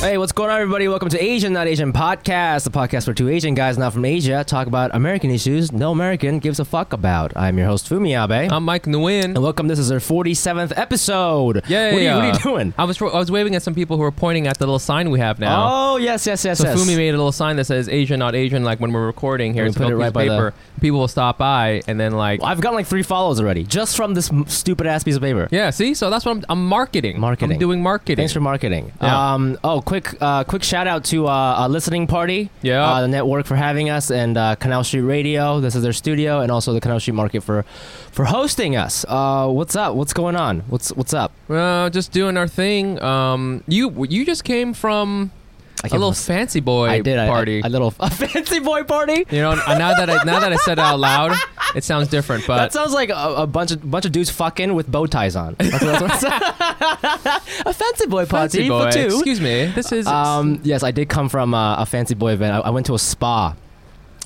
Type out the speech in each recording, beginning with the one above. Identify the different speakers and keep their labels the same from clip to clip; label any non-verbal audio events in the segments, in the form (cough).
Speaker 1: Hey, what's going on, everybody? Welcome to Asian Not Asian Podcast, the podcast where two Asian guys not from Asia talk about American issues no American gives a fuck about. I'm your host, Fumi
Speaker 2: Oh.
Speaker 1: Abe.
Speaker 3: I'm Mike Nguyen.
Speaker 1: and welcome. This is our 47th episode.
Speaker 3: Yeah,
Speaker 1: What are you,
Speaker 3: yeah.
Speaker 1: what are you doing?
Speaker 3: I was I was waving at some people who were pointing at the little sign we have now.
Speaker 1: Oh, yes, yes, yes,
Speaker 3: so
Speaker 1: yes.
Speaker 3: Fumi made a little sign that says Asian, not Asian. Like when we're recording here,
Speaker 1: We
Speaker 3: it's
Speaker 1: put
Speaker 3: put
Speaker 1: it right by the-
Speaker 3: paper. People will stop by and then like,
Speaker 1: I've gotten like three follows already just from this m- stupid ass piece of paper.
Speaker 3: yeah. See, so that's what I'm, I'm marketing.
Speaker 1: Marketing.
Speaker 3: I'm doing marketing.
Speaker 1: Thanks for marketing.
Speaker 3: Yeah.
Speaker 1: Um, oh, quick, uh, quick shout out to uh, uh, listening party.
Speaker 3: Yeah.
Speaker 1: Uh, the network for having us and uh, Canal Street Radio. This is their studio, and also the Canal Street Market for, for hosting us. Uh, what's up? What's going on? What's what's up?
Speaker 3: uh, just doing our thing. Um, you you just came from
Speaker 1: I
Speaker 3: a
Speaker 1: came
Speaker 3: little
Speaker 1: from-
Speaker 3: fancy boy
Speaker 1: I did I-
Speaker 3: party.
Speaker 1: A, a little (laughs) a fancy boy party.
Speaker 3: you know, now that I now that I said it out loud, it sounds different. But
Speaker 1: that sounds like a, a bunch of bunch of dudes fucking with bow ties on. That's what, that's
Speaker 3: (laughs)
Speaker 1: what it sounds- (laughs) a fancy boy party
Speaker 3: fancy boy,
Speaker 1: for two.
Speaker 3: excuse me. This is
Speaker 1: Um, yes, I did come from uh, a fancy boy event. I, I went to a spa,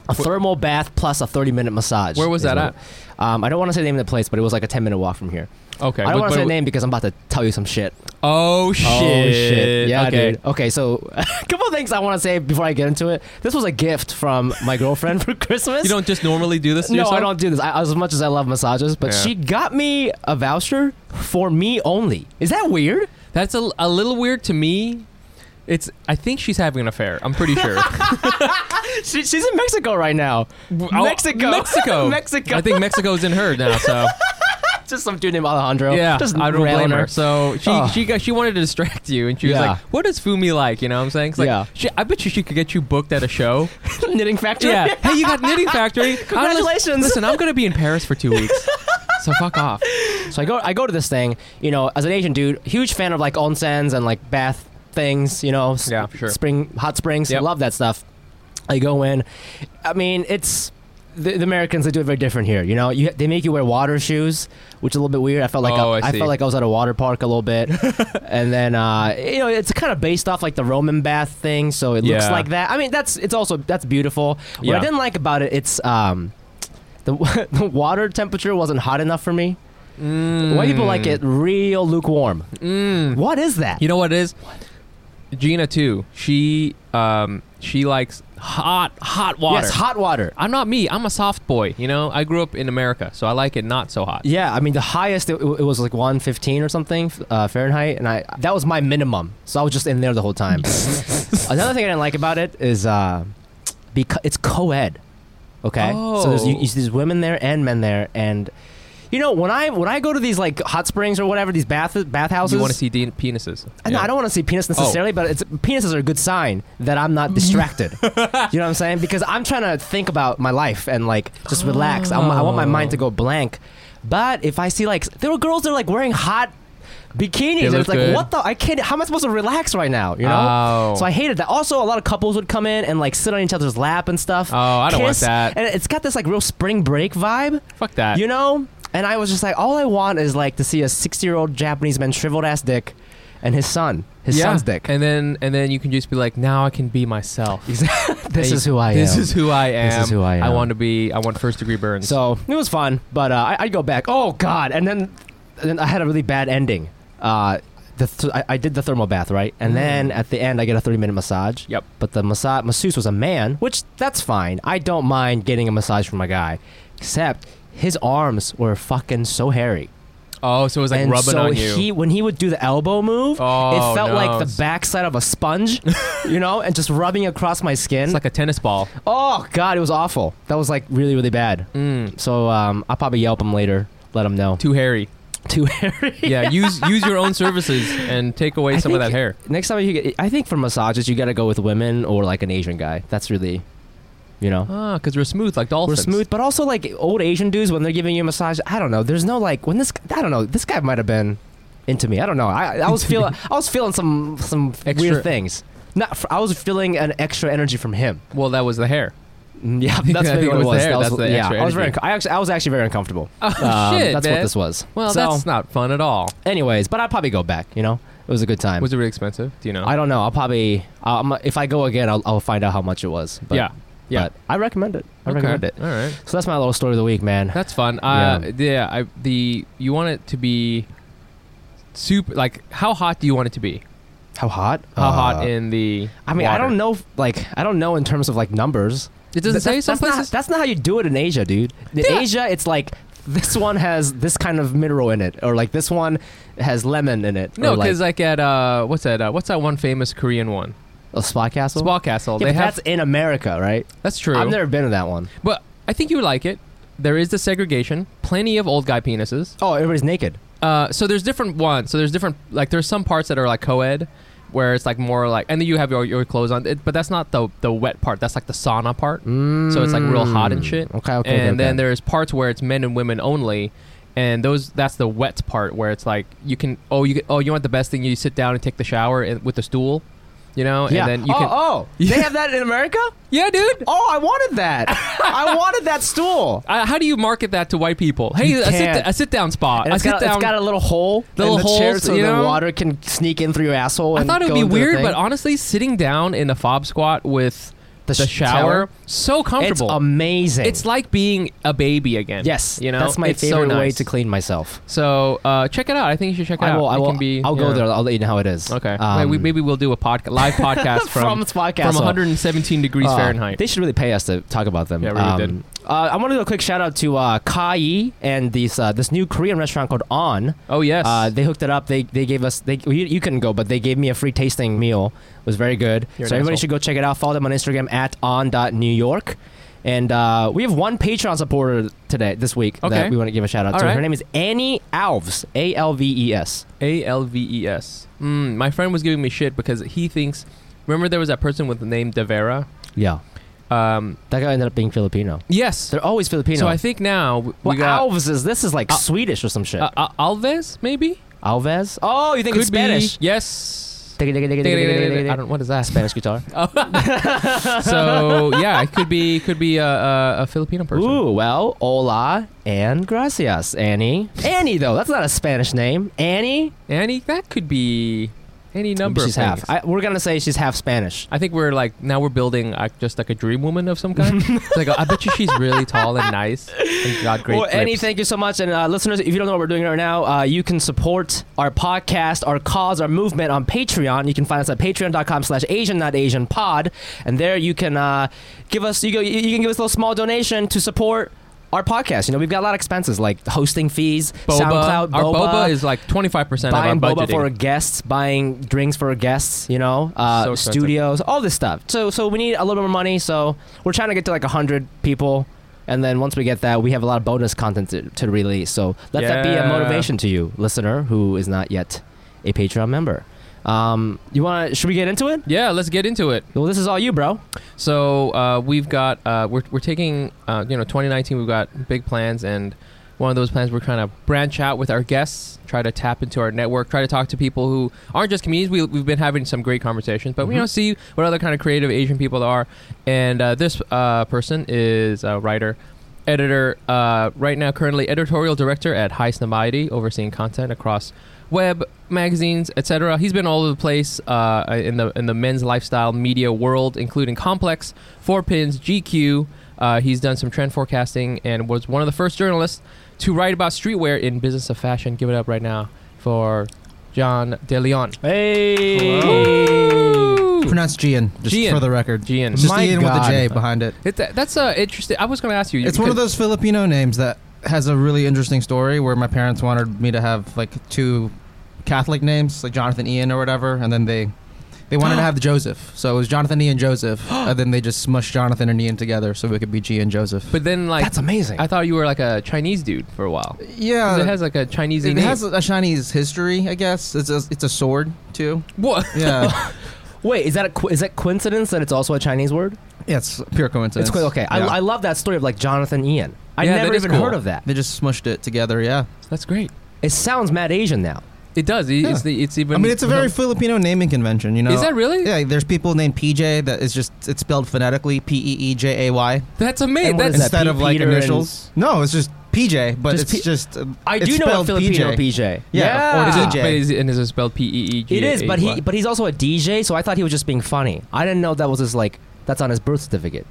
Speaker 1: a thermal bath plus a thirty-minute massage.
Speaker 3: Where was
Speaker 1: is
Speaker 3: that
Speaker 1: what- Um, I don't want to say the name of the place, but it was like a ten-minute walk from here.
Speaker 3: okay.
Speaker 1: I
Speaker 3: but-
Speaker 1: don't want
Speaker 3: but-
Speaker 1: to say the name because I'm about to tell you some shit.
Speaker 3: Oh (laughs) shit!
Speaker 1: Yeah,
Speaker 3: okay.
Speaker 1: dude. Okay, so (laughs) a couple things I want to say before I get into it. This was a gift from my girlfriend (laughs) for Christmas.
Speaker 3: You don't just normally do this? To
Speaker 1: no,
Speaker 3: yourself?
Speaker 1: I don't do this. I, as much as I love massages, but
Speaker 3: Yeah.
Speaker 1: she got me a voucher for me only. Is that
Speaker 3: (laughs)
Speaker 1: weird?
Speaker 3: That's a, a little weird to me. It's. I think she's having an affair. I'm pretty sure.
Speaker 1: She, she's in Mexico right now. (laughs) Mexico. (laughs)
Speaker 3: Mexico.
Speaker 1: Mexico.
Speaker 3: I think Mexico's in her now. So
Speaker 1: just some dude named Alejandro.
Speaker 3: yeah,
Speaker 1: just
Speaker 3: I don't
Speaker 1: railing
Speaker 3: blame her. So she
Speaker 1: Oh.
Speaker 3: she got she wanted to distract you, and she was
Speaker 1: Yeah.
Speaker 3: like, "What is Fumi like?" You know what I'm saying? It's like,
Speaker 1: Yeah.
Speaker 3: She, I bet you she could get you booked at
Speaker 1: (laughs)
Speaker 3: a show.
Speaker 1: Knitting factory.
Speaker 3: yeah. Hey, you got
Speaker 1: (laughs)
Speaker 3: Knitting Factory.
Speaker 1: Congratulations.
Speaker 3: Listen, listen, I'm gonna be in Paris for
Speaker 1: (laughs)
Speaker 3: two weeks. So fuck off.
Speaker 1: So I go, I go to this thing. You know, as an Asian dude, huge fan of like onsens and like bath things. You know, s-
Speaker 3: Yeah, sure.
Speaker 1: spring hot springs.
Speaker 3: Yep.
Speaker 1: Love that stuff. I go in. I mean, it's. The, the Americans they do it very different here, you know. You, they make you wear water shoes, which is a little bit weird. I felt like
Speaker 3: Oh,
Speaker 1: I,
Speaker 3: I see.
Speaker 1: felt like I was at a water park a little
Speaker 3: (laughs)
Speaker 1: bit, and then uh, you know it's kind of based off like the Roman bath thing, so it looks
Speaker 3: Yeah.
Speaker 1: like that. I mean that's it's also that's beautiful. What I
Speaker 3: Yeah.
Speaker 1: didn't like about it, it's um, the, (laughs) the water temperature wasn't hot enough for me. White people like it real lukewarm.
Speaker 3: Mm.
Speaker 1: What is that?
Speaker 3: You know what it is? Gina too. She um she likes hot hot water.
Speaker 1: Yes, hot water.
Speaker 3: I'm not me. I'm a soft boy. You know, I grew up in America, so I like it not so hot.
Speaker 1: Yeah, I mean the highest it, it was like 115 or something uh, Fahrenheit, and I that was my minimum. So I was just in there the whole (laughs) time. Another thing I didn't like about it is uh, because it's co-ed. Okay, so there's, you,
Speaker 3: Oh.
Speaker 1: you see there's women there and men there, and you know when I when I go to these like hot springs or whatever these bath bathhouses,
Speaker 3: You want to see de- penises?
Speaker 1: I- No, I don't want to see penis
Speaker 3: Oh.
Speaker 1: necessarily, but it's penises are a good sign that I'm
Speaker 3: (laughs)
Speaker 1: not distracted. you know what I'm saying? Because I'm trying to think about my life and like just relax. I'm, I want my mind
Speaker 3: Oh.
Speaker 1: to go blank. But if I see like there were girls that are like wearing hot bikinis,
Speaker 3: They
Speaker 1: and it's
Speaker 3: look
Speaker 1: like
Speaker 3: good.
Speaker 1: what the? I can't. How am I supposed to relax right now? You know?
Speaker 3: Oh.
Speaker 1: So I hated that. Also, a lot of couples would come in and like sit on each other's lap and stuff.
Speaker 3: Oh, I don't want
Speaker 1: kiss,
Speaker 3: that.
Speaker 1: And it's got this like real spring break vibe
Speaker 3: Fuck that.
Speaker 1: you know and i was just like all i want is like to see a 60 year old japanese man shriveled ass dick and his son his son's dick
Speaker 3: And then and then you can just be like, now I can be myself.
Speaker 1: (laughs)
Speaker 3: (laughs)
Speaker 1: this
Speaker 3: Hey,
Speaker 1: is who i
Speaker 3: This
Speaker 1: am
Speaker 3: is who I am.
Speaker 1: This is who I
Speaker 3: I
Speaker 1: am.
Speaker 3: want to be. I want first degree burns.
Speaker 1: so it was fun but uh, I, i'd go back oh god and then and then i had a really bad ending uh, the th- I, I did the thermal bath right and then at the end i get a 30 minute massage
Speaker 3: Mm. Yep.
Speaker 1: but the massa- masseuse was a man which that's fine i don't mind getting a massage from a guy except his arms were fucking so hairy
Speaker 3: oh, so it was like
Speaker 1: and
Speaker 3: rubbing
Speaker 1: so
Speaker 3: on you.
Speaker 1: he when he would do the elbow move,
Speaker 3: Oh,
Speaker 1: it felt
Speaker 3: no.
Speaker 1: like the backside of a
Speaker 3: (laughs)
Speaker 1: sponge, you know, and just rubbing across my skin.
Speaker 3: it's like a tennis ball.
Speaker 1: oh god, it was awful. That was like really really bad.
Speaker 3: Mm,
Speaker 1: So um, I'll probably yelp him later. Let him know.
Speaker 3: too hairy.
Speaker 1: Too hairy.
Speaker 3: (laughs) Yeah. Use use your own services and take away
Speaker 1: I
Speaker 3: some of that
Speaker 1: think-
Speaker 3: hair.
Speaker 1: Next time you get, I think for massages you got to go with women or like an Asian guy. That's really, you know.
Speaker 3: Ah, because we're smooth like
Speaker 1: We're
Speaker 3: dolphins.
Speaker 1: smooth, but also like old Asian dudes when they're giving you a massage. I don't know. There's no like when this. I don't know. This guy might have been into me. I don't know. I, I was
Speaker 3: (laughs)
Speaker 1: feeling. I was feeling some some
Speaker 3: Extra-
Speaker 1: weird things. Not. fr- I was feeling an extra energy from him.
Speaker 3: Well, that was the hair.
Speaker 1: Yeah, (laughs)
Speaker 3: think-
Speaker 1: that's
Speaker 3: I
Speaker 1: maybe
Speaker 3: think
Speaker 1: what
Speaker 3: it
Speaker 1: it
Speaker 3: was
Speaker 1: was.
Speaker 3: there.
Speaker 1: That
Speaker 3: Mm, That's
Speaker 1: was-
Speaker 3: the
Speaker 1: yeah,
Speaker 3: extra
Speaker 1: I was very.
Speaker 3: energy.
Speaker 1: I actually, I was actually very uncomfortable.
Speaker 3: Oh
Speaker 1: Um,
Speaker 3: shit,
Speaker 1: That's
Speaker 3: man.
Speaker 1: what this was.
Speaker 3: Well,
Speaker 1: So,
Speaker 3: that's not fun at all.
Speaker 1: Anyways, but I'd probably go back. You know, it was a good time.
Speaker 3: Was it really expensive? Do you know?
Speaker 1: I don't know. I'll probably. Um, if I go again, I'll, I'll find out how much it was. But,
Speaker 3: yeah. yeah.
Speaker 1: But I recommend it. I
Speaker 3: Okay.
Speaker 1: recommend it.
Speaker 3: All right.
Speaker 1: So that's my little story of the week, man.
Speaker 3: That's fun. Uh, yeah. I, the you want it to be super. Like, how hot do you want it to be?
Speaker 1: How hot?
Speaker 3: How hot
Speaker 1: Uh,
Speaker 3: in the?
Speaker 1: I mean, I
Speaker 3: water?
Speaker 1: don't know. if- Like, I don't know in terms of like numbers.
Speaker 3: It
Speaker 1: Th-
Speaker 3: doesn't say
Speaker 1: that's-
Speaker 3: some
Speaker 1: that's not-
Speaker 3: places.
Speaker 1: that's not how you do it in Asia, dude. In
Speaker 3: Yeah.
Speaker 1: Asia, it's like this one has this kind of mineral in it, or like this one has lemon in it.
Speaker 3: No,
Speaker 1: or, Oh, like
Speaker 3: because like, at uh, what's that? Uh, what's that one famous Korean one?
Speaker 1: a spa castle.
Speaker 3: Spa Castle.
Speaker 1: Yeah,
Speaker 3: they
Speaker 1: but
Speaker 3: have
Speaker 1: that's in America, right?
Speaker 3: that's true.
Speaker 1: I've never been to that one.
Speaker 3: But I think you would like it. There is the segregation. Plenty of old guy penises.
Speaker 1: Oh, everybody's naked.
Speaker 3: Uh, so there's different ones. So there's different like there's some parts that are like co-ed, where it's like more like and then you have your, your clothes on. It, but that's not the the wet part. That's like the sauna part. So it's like real hot and shit.
Speaker 1: Mm. Okay, okay.
Speaker 3: and
Speaker 1: okay,
Speaker 3: then
Speaker 1: okay.
Speaker 3: there's parts where it's men and women only. And those that's the wet part where it's like you can oh you oh you want the best thing you sit down and take the shower and, with the stool, you know
Speaker 1: yeah.
Speaker 3: and then you
Speaker 1: oh,
Speaker 3: can (laughs)
Speaker 1: oh, they have that in America.
Speaker 3: yeah dude.
Speaker 1: Oh, I wanted that. I wanted that stool.
Speaker 3: Uh, how do you market that to white people? Hey, a sit,
Speaker 1: can't.
Speaker 3: a sit down spot.
Speaker 1: And
Speaker 3: A
Speaker 1: it's
Speaker 3: sit
Speaker 1: got,
Speaker 3: down.
Speaker 1: it's got a little hole,
Speaker 3: Little
Speaker 1: in the chair
Speaker 3: holes,
Speaker 1: so
Speaker 3: you
Speaker 1: the
Speaker 3: know?
Speaker 1: water can sneak in through your asshole.
Speaker 3: I
Speaker 1: and
Speaker 3: thought it
Speaker 1: go
Speaker 3: would be
Speaker 1: into the
Speaker 3: weird, but
Speaker 1: thing.
Speaker 3: honestly, sitting down in a fob squat with the
Speaker 1: sh-
Speaker 3: shower, so
Speaker 1: it's
Speaker 3: comfortable.
Speaker 1: amazing.
Speaker 3: It's like being a baby again.
Speaker 1: yes,
Speaker 3: you know
Speaker 1: that's my
Speaker 3: It's so
Speaker 1: favorite way
Speaker 3: nice.
Speaker 1: to clean myself.
Speaker 3: So uh, check it out. I think you should check it
Speaker 1: I will.
Speaker 3: out.
Speaker 1: I
Speaker 3: It
Speaker 1: will.
Speaker 3: can be,
Speaker 1: I'll
Speaker 3: yeah.
Speaker 1: go there. I'll let you know how it is.
Speaker 3: Okay,
Speaker 1: Um,
Speaker 3: Wait, we- maybe we'll do a podca- live
Speaker 1: (laughs)
Speaker 3: podcast
Speaker 1: from
Speaker 3: from
Speaker 1: Spot
Speaker 3: from
Speaker 1: Castle.
Speaker 3: 117 degrees
Speaker 1: Uh,
Speaker 3: Fahrenheit.
Speaker 1: They should really pay us to talk about them.
Speaker 3: Yeah, really did.
Speaker 1: Uh, I want to do a quick shout out to uh, Kai and this uh, this new Korean restaurant called On.
Speaker 3: oh yes,
Speaker 1: Uh, they hooked it up. They, they gave us they well, you, you couldn't go, but they gave me a free tasting meal. It was very good.
Speaker 3: You're
Speaker 1: so
Speaker 3: an
Speaker 1: everybody
Speaker 3: asshole.
Speaker 1: should go check it out. Follow them on Instagram at on.newyork. And uh, we have one Patreon supporter today this week
Speaker 3: Okay.
Speaker 1: that we want to give a shout out
Speaker 3: All
Speaker 1: to.
Speaker 3: right.
Speaker 1: Her name is Annie Alves, A L V E S.
Speaker 3: A L V E S. Mm, my friend was giving me shit because he thinks. Remember, there was that person with the name Devera.
Speaker 1: Yeah.
Speaker 3: Um,
Speaker 1: That guy ended up being Filipino.
Speaker 3: yes.
Speaker 1: They're always Filipino.
Speaker 3: So I think now we
Speaker 1: well,
Speaker 3: got
Speaker 1: Alves is this is like
Speaker 3: Al-
Speaker 1: Swedish or some shit.
Speaker 3: uh, uh, Alves, maybe.
Speaker 1: Alves? Oh, you think it's
Speaker 3: Could be.
Speaker 1: Spanish?
Speaker 3: Yes. I
Speaker 1: I
Speaker 3: don't. What is
Speaker 1: (laughs)
Speaker 3: that?
Speaker 1: Spanish guitar.
Speaker 3: so yeah, it could be could be a, a, a Filipino person.
Speaker 1: Ooh, well, hola and gracias, Annie. Annie, though, that's not a Spanish name. Annie?
Speaker 3: Annie, that could be any number.
Speaker 1: She's
Speaker 3: of
Speaker 1: half.
Speaker 3: things.
Speaker 1: I, we're going to say she's half Spanish.
Speaker 3: I think we're like now we're building like just like a dream woman of some kind. It's like I bet you she's really tall and nice and got great.
Speaker 1: well, Annie,
Speaker 3: lips.
Speaker 1: thank you so much. And uh, listeners, if you don't know what we're doing right now, uh, you can support our podcast, our cause, our movement on Patreon. You can find us at patreon.com slash Asian Not Asian Pod. And there you can uh, give us you, go, you you can give us a little small donation to support our podcast. You know, we've got a lot of expenses like hosting fees,
Speaker 3: Boba.
Speaker 1: SoundCloud,
Speaker 3: Our
Speaker 1: boba,
Speaker 3: boba is like twenty five percent of our
Speaker 1: buying boba
Speaker 3: budget.
Speaker 1: for our guests, buying drinks for our guests, you know, uh,
Speaker 3: So expensive.
Speaker 1: studios, all this stuff. So so we need a little bit more money. So we're trying to get to like hundred people, and then once we get that, we have a lot of bonus content to, to release. So let that be a
Speaker 3: Yeah.
Speaker 1: motivation to you, listener, who is not yet a Patreon member. Um, you want? to Should we get into it?
Speaker 3: yeah, let's get into it.
Speaker 1: Well, this is all you, bro.
Speaker 3: So uh, we've got uh, we're we're taking uh, you know 2019 we've got big plans and one of those plans we're trying to branch out with our guests, try to tap into our network, try to talk to people who aren't just comedians. We we've been having some great conversations, but we you know see what other kind of creative Asian people there are. And uh, this uh, person is a writer. Editor, uh, right now currently editorial director at High Snobiety, overseeing content across web magazines etc he's been all over the place uh, in the in the men's lifestyle media world including complex four pins gq uh, he's done some trend forecasting and was one of the first journalists to write about streetwear in business of fashion give it up right now for john de leon
Speaker 1: Hey.
Speaker 4: Pronounced Gian, just
Speaker 3: Gian.
Speaker 4: for the record.
Speaker 3: Gian.
Speaker 4: It's just
Speaker 1: My
Speaker 4: Ian with
Speaker 1: God.
Speaker 4: a J behind it.
Speaker 3: It, that, that's uh, interesting i was going to ask you
Speaker 4: It's one of
Speaker 3: because-
Speaker 4: those Filipino names that has a really interesting story where my parents wanted me to have like two Catholic names, like Jonathan Ian or whatever, and then they they wanted to have the Joseph. So it was Jonathan Ian Joseph, and then they just smushed Jonathan and Ian together so it could be Gian Joseph.
Speaker 3: but then like
Speaker 1: That's amazing.
Speaker 3: i thought you were like a chinese dude for a while 'Cause
Speaker 4: yeah,
Speaker 3: it has like a chinese
Speaker 4: it
Speaker 3: name
Speaker 4: has a Chinese history, I guess. It's a, it's a sword too.
Speaker 3: what
Speaker 4: Yeah,
Speaker 1: Wait, is that a, co- is that coincidence that it's also a Chinese word?
Speaker 4: yeah it's pure coincidence.
Speaker 1: It's quite okay.
Speaker 4: Yeah.
Speaker 1: I, I love that story of like Jonathan Ian. I
Speaker 3: Yeah,
Speaker 1: never
Speaker 3: that is
Speaker 1: even
Speaker 3: cool.
Speaker 1: heard of that.
Speaker 4: they just smushed it together. Yeah.
Speaker 3: that's great
Speaker 1: It sounds mad Asian now.
Speaker 3: It does. It- It's
Speaker 4: Yeah.
Speaker 3: the, it's even.
Speaker 4: I mean, it's a very Filipino naming convention, you know.
Speaker 3: Is that really?
Speaker 4: Yeah, there's people named PJ that is just it's spelled phonetically P E E J A Y
Speaker 3: That's amazing.
Speaker 1: And what is
Speaker 3: That's
Speaker 1: that?
Speaker 4: instead
Speaker 1: P-
Speaker 4: of like
Speaker 1: Peter and-
Speaker 4: initials. No, it's just PJ, but
Speaker 1: Just
Speaker 4: it's
Speaker 1: P-
Speaker 4: just uh,
Speaker 1: I
Speaker 4: it's
Speaker 1: do know a
Speaker 4: spelled
Speaker 1: Filipino PJ.
Speaker 4: Yeah,
Speaker 3: Or is it,
Speaker 4: DJ.
Speaker 3: but is it, and is it spelled P E E G?
Speaker 1: It is, but
Speaker 3: A Y?
Speaker 1: he but he's also a DJ, so I thought he was just being funny. I didn't know that was his like that's on his birth
Speaker 4: (laughs)
Speaker 1: certificate.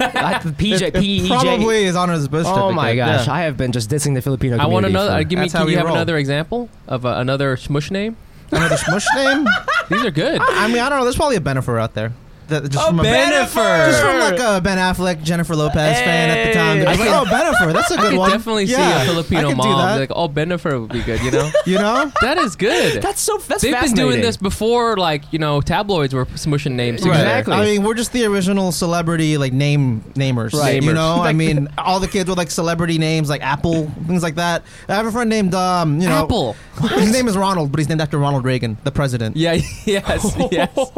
Speaker 1: I-
Speaker 3: E
Speaker 4: It-
Speaker 1: PJ
Speaker 4: it
Speaker 1: PEJ.
Speaker 4: probably is on his birth certificate.
Speaker 1: E Oh my
Speaker 4: yeah.
Speaker 1: gosh, I have been just dissing the Filipino
Speaker 3: I
Speaker 1: community.
Speaker 3: want another.
Speaker 1: for-
Speaker 3: Uh, give me.
Speaker 4: That's how
Speaker 3: Can
Speaker 4: we
Speaker 3: you have
Speaker 4: roll.
Speaker 3: another example of uh, another smush name? (laughs)
Speaker 4: Another smush name?
Speaker 3: These are good.
Speaker 4: (laughs) I mean, I don't know. There's probably a Benifer out there. That, just
Speaker 3: A
Speaker 4: from
Speaker 3: Bennifer!
Speaker 4: Just from like a Ben Affleck, Jennifer Lopez fan at the time. They're
Speaker 3: Hey!
Speaker 4: just like, oh, Benifer, that's a
Speaker 3: I
Speaker 4: good
Speaker 3: could
Speaker 4: one.
Speaker 3: definitely
Speaker 4: Yeah,
Speaker 3: see a
Speaker 4: I
Speaker 3: Filipino
Speaker 4: could do
Speaker 3: mom
Speaker 4: that.
Speaker 3: be like, "Oh, Benifer would be good," you
Speaker 4: (laughs)
Speaker 3: know.
Speaker 4: you know?
Speaker 3: that is good.
Speaker 1: That's so that's
Speaker 3: They've been doing
Speaker 1: fascinating.
Speaker 3: this before, like you know, tabloids were smushing names together.
Speaker 1: Exactly.
Speaker 4: I mean, we're just the original celebrity like name namers.
Speaker 3: Right.
Speaker 4: You
Speaker 3: Namers.
Speaker 4: know, I mean, all the kids with like celebrity names like Apple, things like that. I have a friend named um, you know,
Speaker 3: Apple.
Speaker 4: (laughs) His name is Ronald, but he's named after Ronald Reagan, the president.
Speaker 3: Yeah. (laughs)
Speaker 4: (laughs)
Speaker 3: Yes. yes.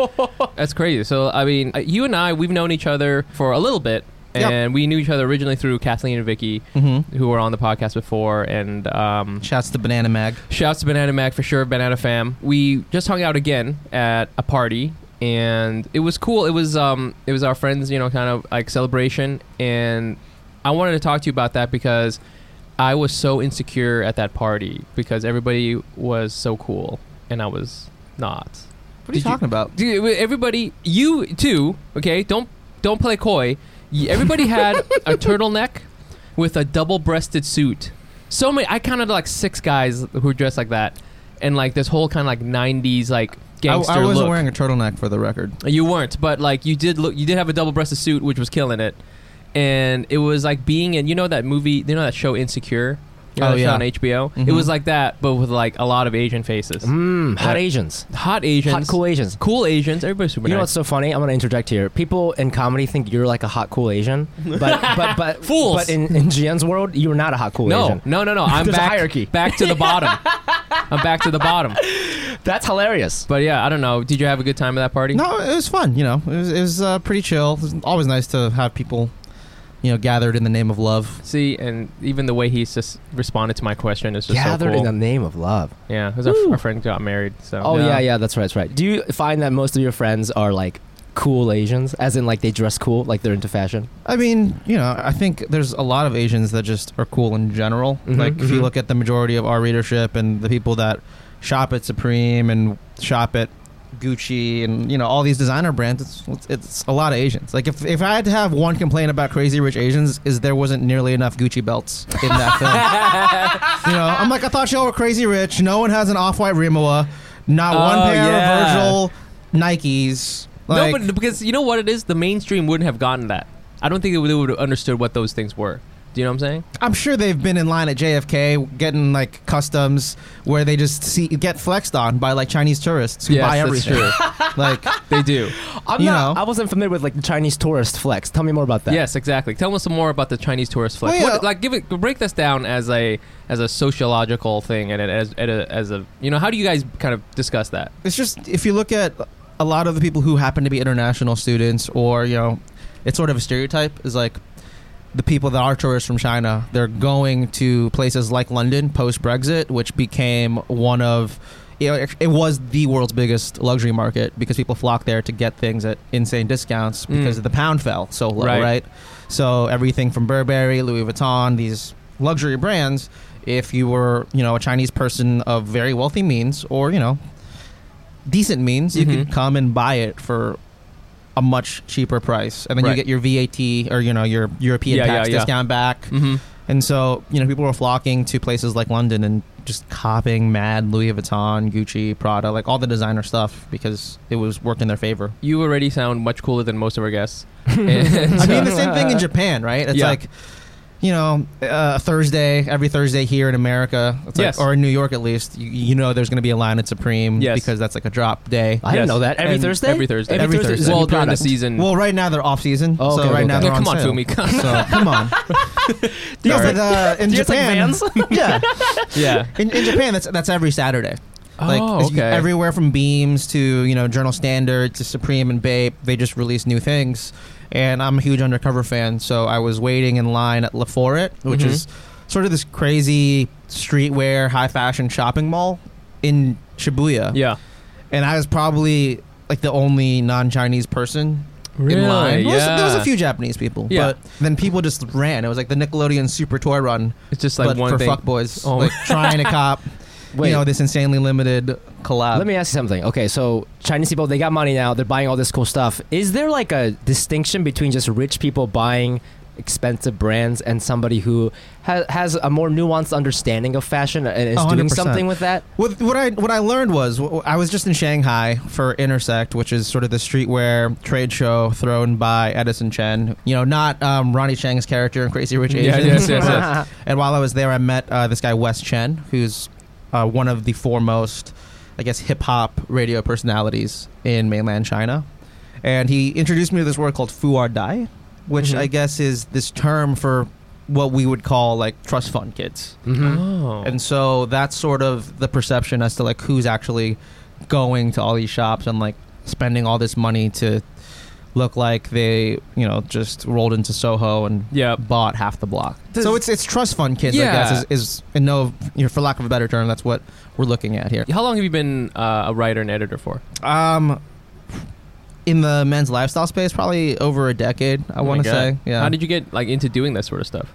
Speaker 3: That's crazy. So I mean, uh, you and I, we've known each other for a little bit,
Speaker 4: Yep.
Speaker 3: and we knew each other originally through Kathleen and Vicky,
Speaker 4: Mm-hmm.
Speaker 3: who were on the podcast before, and um,
Speaker 4: Shouts to Banana Mag.
Speaker 3: Shouts to Banana Mac for sure, Banana Fam. We just hung out again at a party, and it was cool. It was um, it was our friends, you know, kind of like celebration. And I wanted to talk to you about that because I was so insecure at that party because everybody was so cool and I was not.
Speaker 4: What are you
Speaker 3: Did you-
Speaker 4: talking about?
Speaker 3: Dude, everybody, you too. Okay, don't don't play coy. Y- Everybody
Speaker 4: (laughs)
Speaker 3: had a turtleneck with a double-breasted suit. So many. I counted like six guys who were dressed like that, and like this whole kind of like '90s like
Speaker 4: I, I
Speaker 3: gangster
Speaker 4: wasn't
Speaker 3: look.
Speaker 4: wearing a turtleneck for the record.
Speaker 3: you weren't, but like you did look. You did have a double-breasted suit, which was killing it. And it was like being in. You know that movie. You know that show Insecure. You know
Speaker 4: Oh,
Speaker 3: that show
Speaker 4: yeah.
Speaker 3: on HBO. It
Speaker 4: Mhm.
Speaker 3: was like that, but with like a lot of Asian faces,
Speaker 4: Mm-hmm.
Speaker 1: Mm, hot
Speaker 3: Yeah.
Speaker 1: Asians,
Speaker 3: hot Asians,
Speaker 1: hot cool Asians.
Speaker 3: cool Asians. Everybody's super
Speaker 1: You know
Speaker 3: nice.
Speaker 1: what's so funny? I'm gonna interject here. People in comedy think you're like a hot cool Asian, but but but
Speaker 3: (laughs) Fools.
Speaker 1: But in in Gian's world, you're not a hot cool
Speaker 3: no,
Speaker 1: Asian.
Speaker 3: No, no,
Speaker 1: (laughs)
Speaker 3: no. I'm
Speaker 1: There's a
Speaker 3: back,
Speaker 1: hierarchy.
Speaker 3: (laughs) back to the bottom. I'm back to the bottom.
Speaker 1: That's hilarious.
Speaker 3: But yeah, I don't know. Did you have a good time at that party?
Speaker 4: No, it was fun. You know, it was, it was uh, pretty chill. It was always nice to have people, you know, gathered in the name of love.
Speaker 3: See, and even the way he's just responded to my question is just
Speaker 1: Gathered
Speaker 3: so cool.
Speaker 1: in the name of love.
Speaker 3: yeah, because our,
Speaker 1: Woo.
Speaker 3: our friend got married. So
Speaker 1: Oh
Speaker 4: Yeah.
Speaker 1: yeah, yeah, that's right, that's right. Do you find that most of your friends are like cool Asians, as in like they dress cool, like they're into fashion?
Speaker 4: I mean, you know, I think there's a lot of Asians that just are cool in general.
Speaker 3: Mm-hmm,
Speaker 1: Mhm,
Speaker 4: like, if you
Speaker 1: mhm.
Speaker 4: look at the majority of our readership and the people that shop at Supreme and shop at Gucci and you know all these designer brands, it's it's, it's a lot of Asians. Like, if if I had to have one complaint about Crazy Rich Asians, is there wasn't nearly enough Gucci belts
Speaker 3: (laughs)
Speaker 4: in that film. you know, I'm like, I thought y'all were crazy rich. No one has an off white Rimowa. Not one
Speaker 3: Oh,
Speaker 4: pair
Speaker 3: yeah.
Speaker 4: of Virgil Nikes. Like,
Speaker 3: no, but because you know what it is, the mainstream wouldn't have gotten that. I don't think they would, they would have understood what those things were. Do you know what I'm saying?
Speaker 4: I'm sure they've been in line at JFK getting like customs where they just see get flexed on by like Chinese tourists who
Speaker 3: Yes,
Speaker 4: buy
Speaker 3: that's
Speaker 4: everything.
Speaker 1: (laughs)
Speaker 4: (laughs) like
Speaker 3: They do.
Speaker 1: I'm
Speaker 4: You
Speaker 1: not.
Speaker 4: know.
Speaker 1: I wasn't familiar with like the Chinese tourist flex. Tell me more about that. (laughs)
Speaker 3: (laughs) Yes, exactly. Tell us some more about the Chinese tourist flex.
Speaker 4: Well, yeah.
Speaker 3: What, like, give it, break this down as a as a sociological thing, and as as a, as a you know, how do you guys kind of discuss that?
Speaker 4: it's just if you look at a lot of the people who happen to be international students or you know it's sort of a stereotype is like the people that are tourists from China they're going to places like London post Brexit which became one of you know, it was the world's biggest luxury market because people flocked there to get things at insane discounts because
Speaker 3: Mm.
Speaker 4: the pound fell so low
Speaker 3: Right.
Speaker 4: right so everything from Burberry Louis Vuitton these luxury brands if you were you know a Chinese person of very wealthy means or you know decent means, you
Speaker 3: Mhm.
Speaker 4: could come and buy it for a much cheaper price, and then
Speaker 3: Right.
Speaker 4: you get your VAT or you know your European
Speaker 3: Yeah,
Speaker 4: tax
Speaker 3: yeah, yeah.
Speaker 4: discount back.
Speaker 3: Mm-hmm.
Speaker 4: And so you know people were flocking to places like London and just copying mad Louis Vuitton, Gucci, Prada, like all the designer stuff because it was worked in their favor.
Speaker 3: You already sound much cooler than most of our guests. And
Speaker 4: I
Speaker 3: so-
Speaker 4: mean the same
Speaker 1: uh,
Speaker 4: thing in Japan, right? It's
Speaker 3: Yeah.
Speaker 4: like. You know, uh, Thursday, every Thursday here in America, it's like-
Speaker 3: Yes.
Speaker 4: or in New York at least, you, you know there's going to be a line at Supreme
Speaker 3: Yes.
Speaker 4: because that's like a drop day.
Speaker 1: I didn't
Speaker 3: Yes.
Speaker 1: know that. Every
Speaker 4: And
Speaker 1: Thursday.
Speaker 3: every Thursday.
Speaker 1: Every,
Speaker 4: Every
Speaker 1: Thursday.
Speaker 4: Thursday.
Speaker 1: is a new
Speaker 3: well during the
Speaker 1: product.
Speaker 3: season.
Speaker 4: Well, right now they're off season,
Speaker 1: Oh, okay,
Speaker 4: so
Speaker 1: okay,
Speaker 4: right now
Speaker 1: okay.
Speaker 4: they're
Speaker 3: No, come on,
Speaker 4: on sale.
Speaker 3: Fumi. Come.
Speaker 4: So come
Speaker 1: (laughs)
Speaker 4: on.
Speaker 1: Sorry.
Speaker 4: Yes, but, uh,
Speaker 1: (laughs)
Speaker 4: in
Speaker 1: Do you have, like,
Speaker 4: Japan,
Speaker 1: Vans?
Speaker 4: (laughs) (laughs) yeah,
Speaker 3: (laughs) yeah.
Speaker 4: in,
Speaker 1: (laughs)
Speaker 4: in Japan that's that's every Saturday. Like
Speaker 3: oh,
Speaker 4: it's
Speaker 3: okay.
Speaker 4: everywhere from Beams to you know Journal Standard to Supreme and Bape, they just release new things. And I'm a huge Undercover fan, so I was waiting in line at La Foret, which
Speaker 3: Mhm.
Speaker 4: is sort of this crazy streetwear high fashion shopping mall in Shibuya,
Speaker 3: Yeah.
Speaker 4: and I was probably like the only non-Chinese person in line. There was-
Speaker 3: Yeah.
Speaker 4: there was a few Japanese people,
Speaker 3: Yeah.
Speaker 4: but then people just ran. It was like the Nickelodeon Super Toy Run,
Speaker 3: It's just like
Speaker 4: but
Speaker 3: one
Speaker 4: for
Speaker 3: thing.
Speaker 4: fuckboys,
Speaker 3: Oh
Speaker 4: like trying to
Speaker 3: (laughs)
Speaker 4: cop.
Speaker 1: Wait.
Speaker 4: You know this insanely limited collab.
Speaker 1: Let me ask you something. Okay, so Chinese people they got money now. They're buying all this cool stuff. Is there like a distinction between just rich people buying expensive brands and somebody who ha- has a more nuanced understanding of fashion and is doing
Speaker 4: 100%.
Speaker 1: something with that?
Speaker 4: What, what I what I learned was wh- I was just in Shanghai for Intersect, which is sort of the streetwear trade show thrown by Edison Chen. You know, not um, Ronnie Chang's character in Crazy Rich Asians.
Speaker 3: (laughs) Yeah, yes, yes, yes.
Speaker 4: (laughs)
Speaker 1: (laughs)
Speaker 4: And while I was there, I met uh, this guy Wes Chen, who's uh, one of the foremost, I guess, hip hop radio personalities in mainland China. And he introduced me to this word called "fuar dai," which
Speaker 3: Mhm.
Speaker 4: I guess is this term for what we would call like trust fund kids.
Speaker 1: Mhm.
Speaker 3: Oh.
Speaker 4: Mm-hmm. And so that's sort of the perception as to like who's actually going to all these shops and like spending all this money to look like they, you know, just rolled into Soho and
Speaker 3: yeah.
Speaker 4: bought half the block.
Speaker 3: Does-
Speaker 4: so it's it's trust fund kids,
Speaker 3: Yeah.
Speaker 4: I guess, is, is and no, you know, for lack of a better term, that's what we're looking at here.
Speaker 3: How long have you been uh, a writer and editor for?
Speaker 4: Um, in the men's lifestyle space, probably over a decade, I
Speaker 3: Oh my
Speaker 4: want to
Speaker 3: God.
Speaker 4: say. Yeah,
Speaker 3: How did you get like into doing that sort of stuff?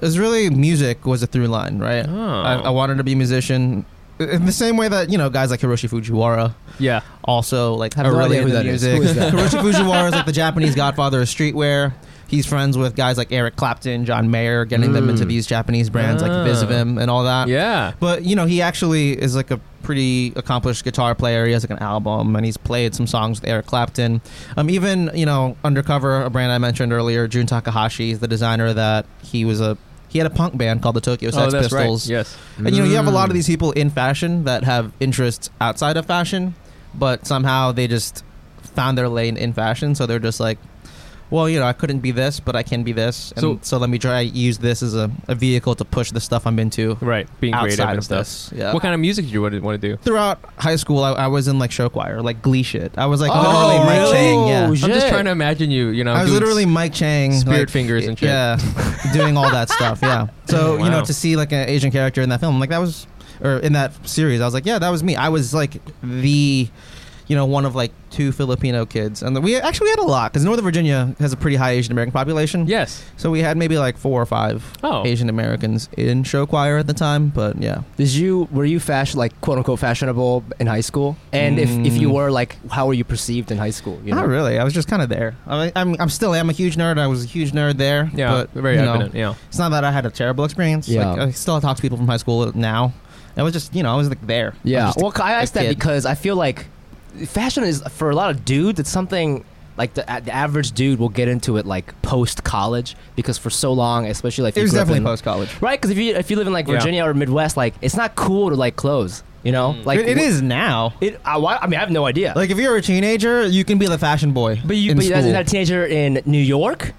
Speaker 4: it was really music was a through line, right?
Speaker 3: Oh.
Speaker 4: I, I wanted to be a musician. In the same way that you know guys like Hiroshi Fujiwara
Speaker 3: yeah.
Speaker 4: also like have
Speaker 1: no
Speaker 4: really
Speaker 1: idea who
Speaker 4: into
Speaker 1: that is.
Speaker 4: music.
Speaker 1: Who is that?
Speaker 4: (laughs) Hiroshi Fujiwara is like the Japanese godfather of streetwear. He's friends with guys like Eric Clapton, John Mayer, getting them
Speaker 1: Mm.
Speaker 4: into these Japanese brands like
Speaker 3: Ah.
Speaker 4: Visivim and all that.
Speaker 3: yeah.
Speaker 4: But you know, he actually is like a pretty accomplished guitar player. He has like an album, and he's played some songs with Eric Clapton. Um, even you know, undercover a brand I mentioned earlier, Jun Takahashi, is the designer that he was a. He had a punk band called the Tokyo
Speaker 3: Oh,
Speaker 4: Sex
Speaker 3: that's
Speaker 4: Pistols.
Speaker 3: right. Yes.
Speaker 4: And you know, you have a
Speaker 3: Hmm.
Speaker 4: lot of these people in fashion that have interests outside of fashion, but somehow they just found their lane in fashion. So they're just like, well, you know, I couldn't be this, but I can be this. And
Speaker 3: So-
Speaker 4: so, let me try use this as a, a vehicle to push the stuff I'm into
Speaker 3: Mm. Right. Being creative
Speaker 4: outside
Speaker 3: and
Speaker 4: of
Speaker 3: stuff.
Speaker 4: this. Yeah.
Speaker 3: What kind of music did you want to, want to do?
Speaker 4: Throughout high school, I, I was in like show choir, like glee shit. I was like
Speaker 3: Oh,
Speaker 4: literally Mike
Speaker 3: really?
Speaker 4: Chang. Yeah.
Speaker 3: I'm just trying to imagine you. You know,
Speaker 4: I was
Speaker 3: doing
Speaker 4: literally Mike Chang.
Speaker 3: spirit
Speaker 4: like,
Speaker 3: fingers and shit.
Speaker 4: Yeah, doing all that stuff.
Speaker 3: (laughs)
Speaker 4: Yeah. So you
Speaker 3: Wow.
Speaker 4: know, to see like an Asian character in that film, like that was, or in that series, I was like, yeah, that was me. I was like the, you know, one of like two Filipino kids, and we actually had a lot because Northern Virginia has a pretty high Asian American population.
Speaker 3: Yes.
Speaker 4: So we had maybe like four or five
Speaker 3: Oh.
Speaker 4: Asian Americans in show choir at the time, but yeah.
Speaker 1: Did you were you fashion like quote unquote fashionable in high school? And if, if you
Speaker 4: Mm.
Speaker 1: were like, how were you perceived in high school? You know?
Speaker 4: Not really. I was just kind of there. I mean, I'm, I'm still am a huge nerd. I was a huge nerd there.
Speaker 3: Yeah.
Speaker 4: but,
Speaker 3: very
Speaker 4: you know,
Speaker 3: evident. (laughs) yeah.
Speaker 4: It's not that I had a terrible experience.
Speaker 1: Yeah.
Speaker 4: Like, I still talk to people from high school now. I was just, you know, I was like there. I
Speaker 1: Yeah.
Speaker 4: was just-
Speaker 1: Well, I asked that
Speaker 4: kid.
Speaker 1: because I feel like fashion is for a lot of dudes. It's something like the, a- the average dude will get into it like post college because for so long, especially like if
Speaker 4: it
Speaker 1: you
Speaker 4: was
Speaker 1: grew up
Speaker 4: definitely
Speaker 1: in-
Speaker 4: post college.
Speaker 1: right. Because if you if you live in like
Speaker 3: Yeah.
Speaker 1: Virginia or Midwest, like it's not cool to like clothes. You know,
Speaker 3: Mm.
Speaker 1: like
Speaker 4: it, it
Speaker 1: wh-
Speaker 4: is now.
Speaker 1: It. I, why- I mean, I have no idea.
Speaker 4: Like if you're a teenager, you can be the fashion boy.
Speaker 1: but you,
Speaker 4: in
Speaker 1: but you- as
Speaker 4: school.
Speaker 1: a teenager in New York.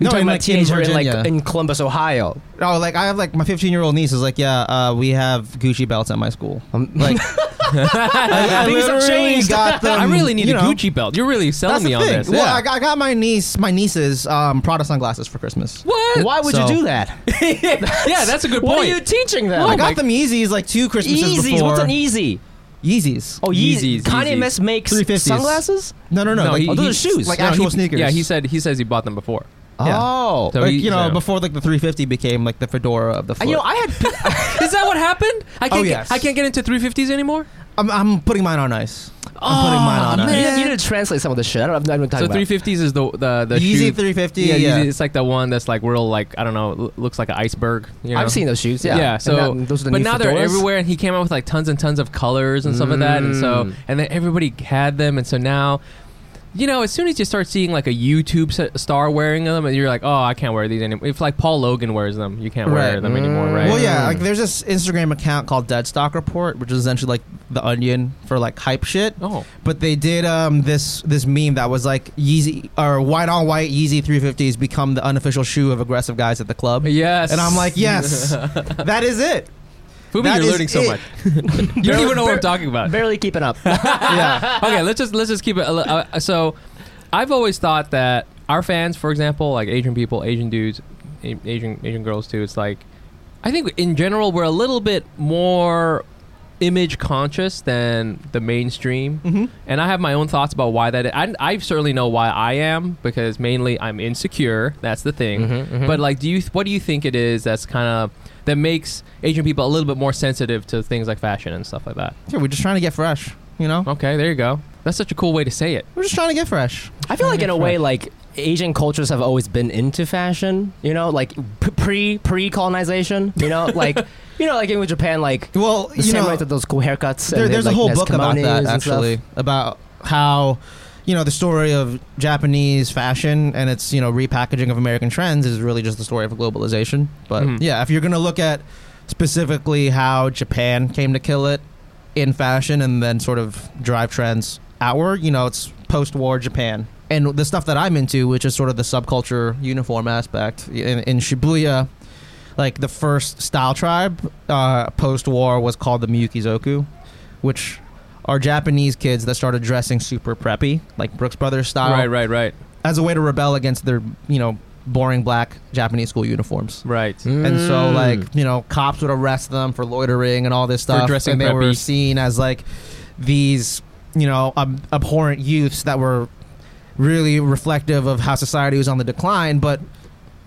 Speaker 1: You're
Speaker 4: No,
Speaker 1: talking
Speaker 4: in,
Speaker 1: about
Speaker 4: like, in
Speaker 1: teenager in, like
Speaker 4: Virginia.
Speaker 1: in Columbus, Ohio.
Speaker 4: oh, like I have like my 15 year old niece is like, yeah, uh, we have Gucci belts at my school.
Speaker 1: Um, (laughs)
Speaker 4: Like I, I
Speaker 1: Things have
Speaker 4: literally
Speaker 1: changed.
Speaker 4: Got them,
Speaker 3: I really need
Speaker 4: you
Speaker 3: a
Speaker 4: know,
Speaker 3: Gucci belt. You're really
Speaker 4: That's
Speaker 3: selling
Speaker 4: the
Speaker 3: me on
Speaker 4: thing.
Speaker 3: this.
Speaker 4: Well,
Speaker 3: yeah.
Speaker 4: I, got, I got my niece, my niece's um, Prada sunglasses for Christmas.
Speaker 3: what?
Speaker 1: why would
Speaker 4: So-
Speaker 1: you do that?
Speaker 3: (laughs) Yeah, that's a good
Speaker 1: What are
Speaker 3: point.
Speaker 1: you teaching them?
Speaker 4: I
Speaker 3: my-
Speaker 4: got them Yeezys like two Christmases
Speaker 1: Yeezys.
Speaker 4: before.
Speaker 1: What's an Easy?
Speaker 4: Yeezys?
Speaker 1: Oh, Yeezys.
Speaker 3: Yeezys,
Speaker 1: Kanye
Speaker 3: Yeezys.
Speaker 1: West makes
Speaker 4: 350s.
Speaker 1: sunglasses.
Speaker 4: No, no, no.
Speaker 3: No,
Speaker 4: like,
Speaker 3: he-
Speaker 1: Oh, those are
Speaker 3: he-
Speaker 1: shoes.
Speaker 4: like
Speaker 3: No,
Speaker 4: actual
Speaker 3: he-
Speaker 4: sneakers.
Speaker 3: Yeah, he said he says he bought them before.
Speaker 4: Yeah.
Speaker 1: Oh.
Speaker 3: So
Speaker 4: like,
Speaker 3: he-
Speaker 4: you know,
Speaker 3: so-
Speaker 4: before like the 350 became like the fedora of the
Speaker 1: I-
Speaker 4: foot.
Speaker 1: Uh, you know, I had
Speaker 3: (laughs) Is that what happened? I can't.
Speaker 4: Oh,
Speaker 3: get,
Speaker 4: yes.
Speaker 3: I can't get into 350s anymore. Ah,
Speaker 4: I'm, I'm putting mine on ice. I'm putting (laughs) mine on
Speaker 1: you,
Speaker 4: ice.
Speaker 1: need, Oh, you need to translate some of the shit. I don't know what I'm
Speaker 3: So
Speaker 1: talking
Speaker 3: 350s is the the the
Speaker 4: Yeezy
Speaker 3: shoe-
Speaker 4: 350.
Speaker 3: Yeah,
Speaker 4: Yeah,
Speaker 3: Yeezy, it's like the one that's like real, like I don't know, l- looks like an iceberg. You know?
Speaker 1: about. I've seen those shoes. Yeah.
Speaker 3: Yeah,
Speaker 1: And
Speaker 3: so-
Speaker 1: that- those are the
Speaker 3: but
Speaker 1: new
Speaker 3: now they're
Speaker 1: fedoras.
Speaker 3: everywhere, and he came out with like tons and tons of colors and stuff like that, and so
Speaker 1: Mm.
Speaker 3: and then everybody had them, and so now, you know, as soon as you start seeing like a YouTube se- star wearing them, and you're like, oh, I can't wear these anymore. If like Paul Logan wears them, you can't wear
Speaker 4: Right.
Speaker 3: them anymore,
Speaker 1: Mm.
Speaker 3: right?
Speaker 4: Well, yeah, like there's this Instagram account called Deadstock Report, which is essentially like the Onion for like hype shit.
Speaker 3: Oh,
Speaker 4: But they did um this this meme that was like Yeezy or white on white Yeezy 350s become the unofficial shoe of aggressive guys at the club.
Speaker 3: yes.
Speaker 4: And
Speaker 3: (laughs)
Speaker 4: I'm like, yes, that is it.
Speaker 3: Fubi,
Speaker 4: that
Speaker 3: you're
Speaker 4: is
Speaker 3: learning so
Speaker 4: it. (laughs)
Speaker 3: much. you don't even know what I'm talking
Speaker 1: (laughs)
Speaker 3: about.
Speaker 1: Barely keeping up.
Speaker 3: Mm-hmm,
Speaker 4: Yeah,
Speaker 3: okay, let's just let's just keep it. a li- Uh, so, I've always thought that our fans, for example, like Asian people, Asian dudes, A- Asian Asian girls too, it's like I think in general we're a little bit more image conscious than the mainstream.
Speaker 4: Mhm.
Speaker 3: And I have my own thoughts about why that. Is. I I certainly know why I am because mainly I'm insecure. That's the thing.
Speaker 1: Mm-hmm.
Speaker 4: Mm-hmm.
Speaker 3: But like, do you what do you think it is that's kind of that makes Asian people a little bit more sensitive to things like fashion and stuff like that?
Speaker 4: Yeah, we're just trying to get fresh. You know,
Speaker 3: Okay, there you go. That's such a cool way to say it.
Speaker 4: we're just trying to get fresh.
Speaker 1: I feel like in a
Speaker 3: Right.
Speaker 1: way, like Asian cultures have always been into fashion. You know, like p- pre pre colonization. You
Speaker 3: (laughs)
Speaker 1: know, like you know, like in Japan, like
Speaker 4: Well,
Speaker 1: the
Speaker 4: you know,
Speaker 1: samurai had those cool haircuts. and
Speaker 4: There,
Speaker 1: they
Speaker 4: there's
Speaker 1: had,
Speaker 4: a
Speaker 1: like,
Speaker 4: whole
Speaker 1: nice
Speaker 4: book about
Speaker 1: kimonos
Speaker 4: that
Speaker 1: and stuff.
Speaker 4: actually about how you know the story of Japanese fashion and its you know repackaging of American trends is really just the story of globalization. But
Speaker 1: Hmm.
Speaker 3: Mhm.
Speaker 4: yeah, if you're gonna look at specifically how Japan came to kill it in fashion and then sort of drive trends outward, you know, it's post-war Japan. And the stuff that I'm into, which is sort of the subculture uniform aspect in, in Shibuya, like the first style tribe uh, post-war was called the Miyukizoku, which are Japanese kids that started dressing super preppy, like Brooks Brothers style,
Speaker 3: Right, right, right,
Speaker 4: as a way to rebel against their, you know, boring black Japanese school uniforms.
Speaker 3: right.
Speaker 4: And so,
Speaker 1: Mm.
Speaker 4: like, you know, cops would arrest them for loitering and all this
Speaker 3: For
Speaker 4: stuff.
Speaker 3: dressing
Speaker 4: and they were
Speaker 3: preppy.
Speaker 4: seen as, like, these, you know, ab- abhorrent youths that were really reflective of how society was on the decline, but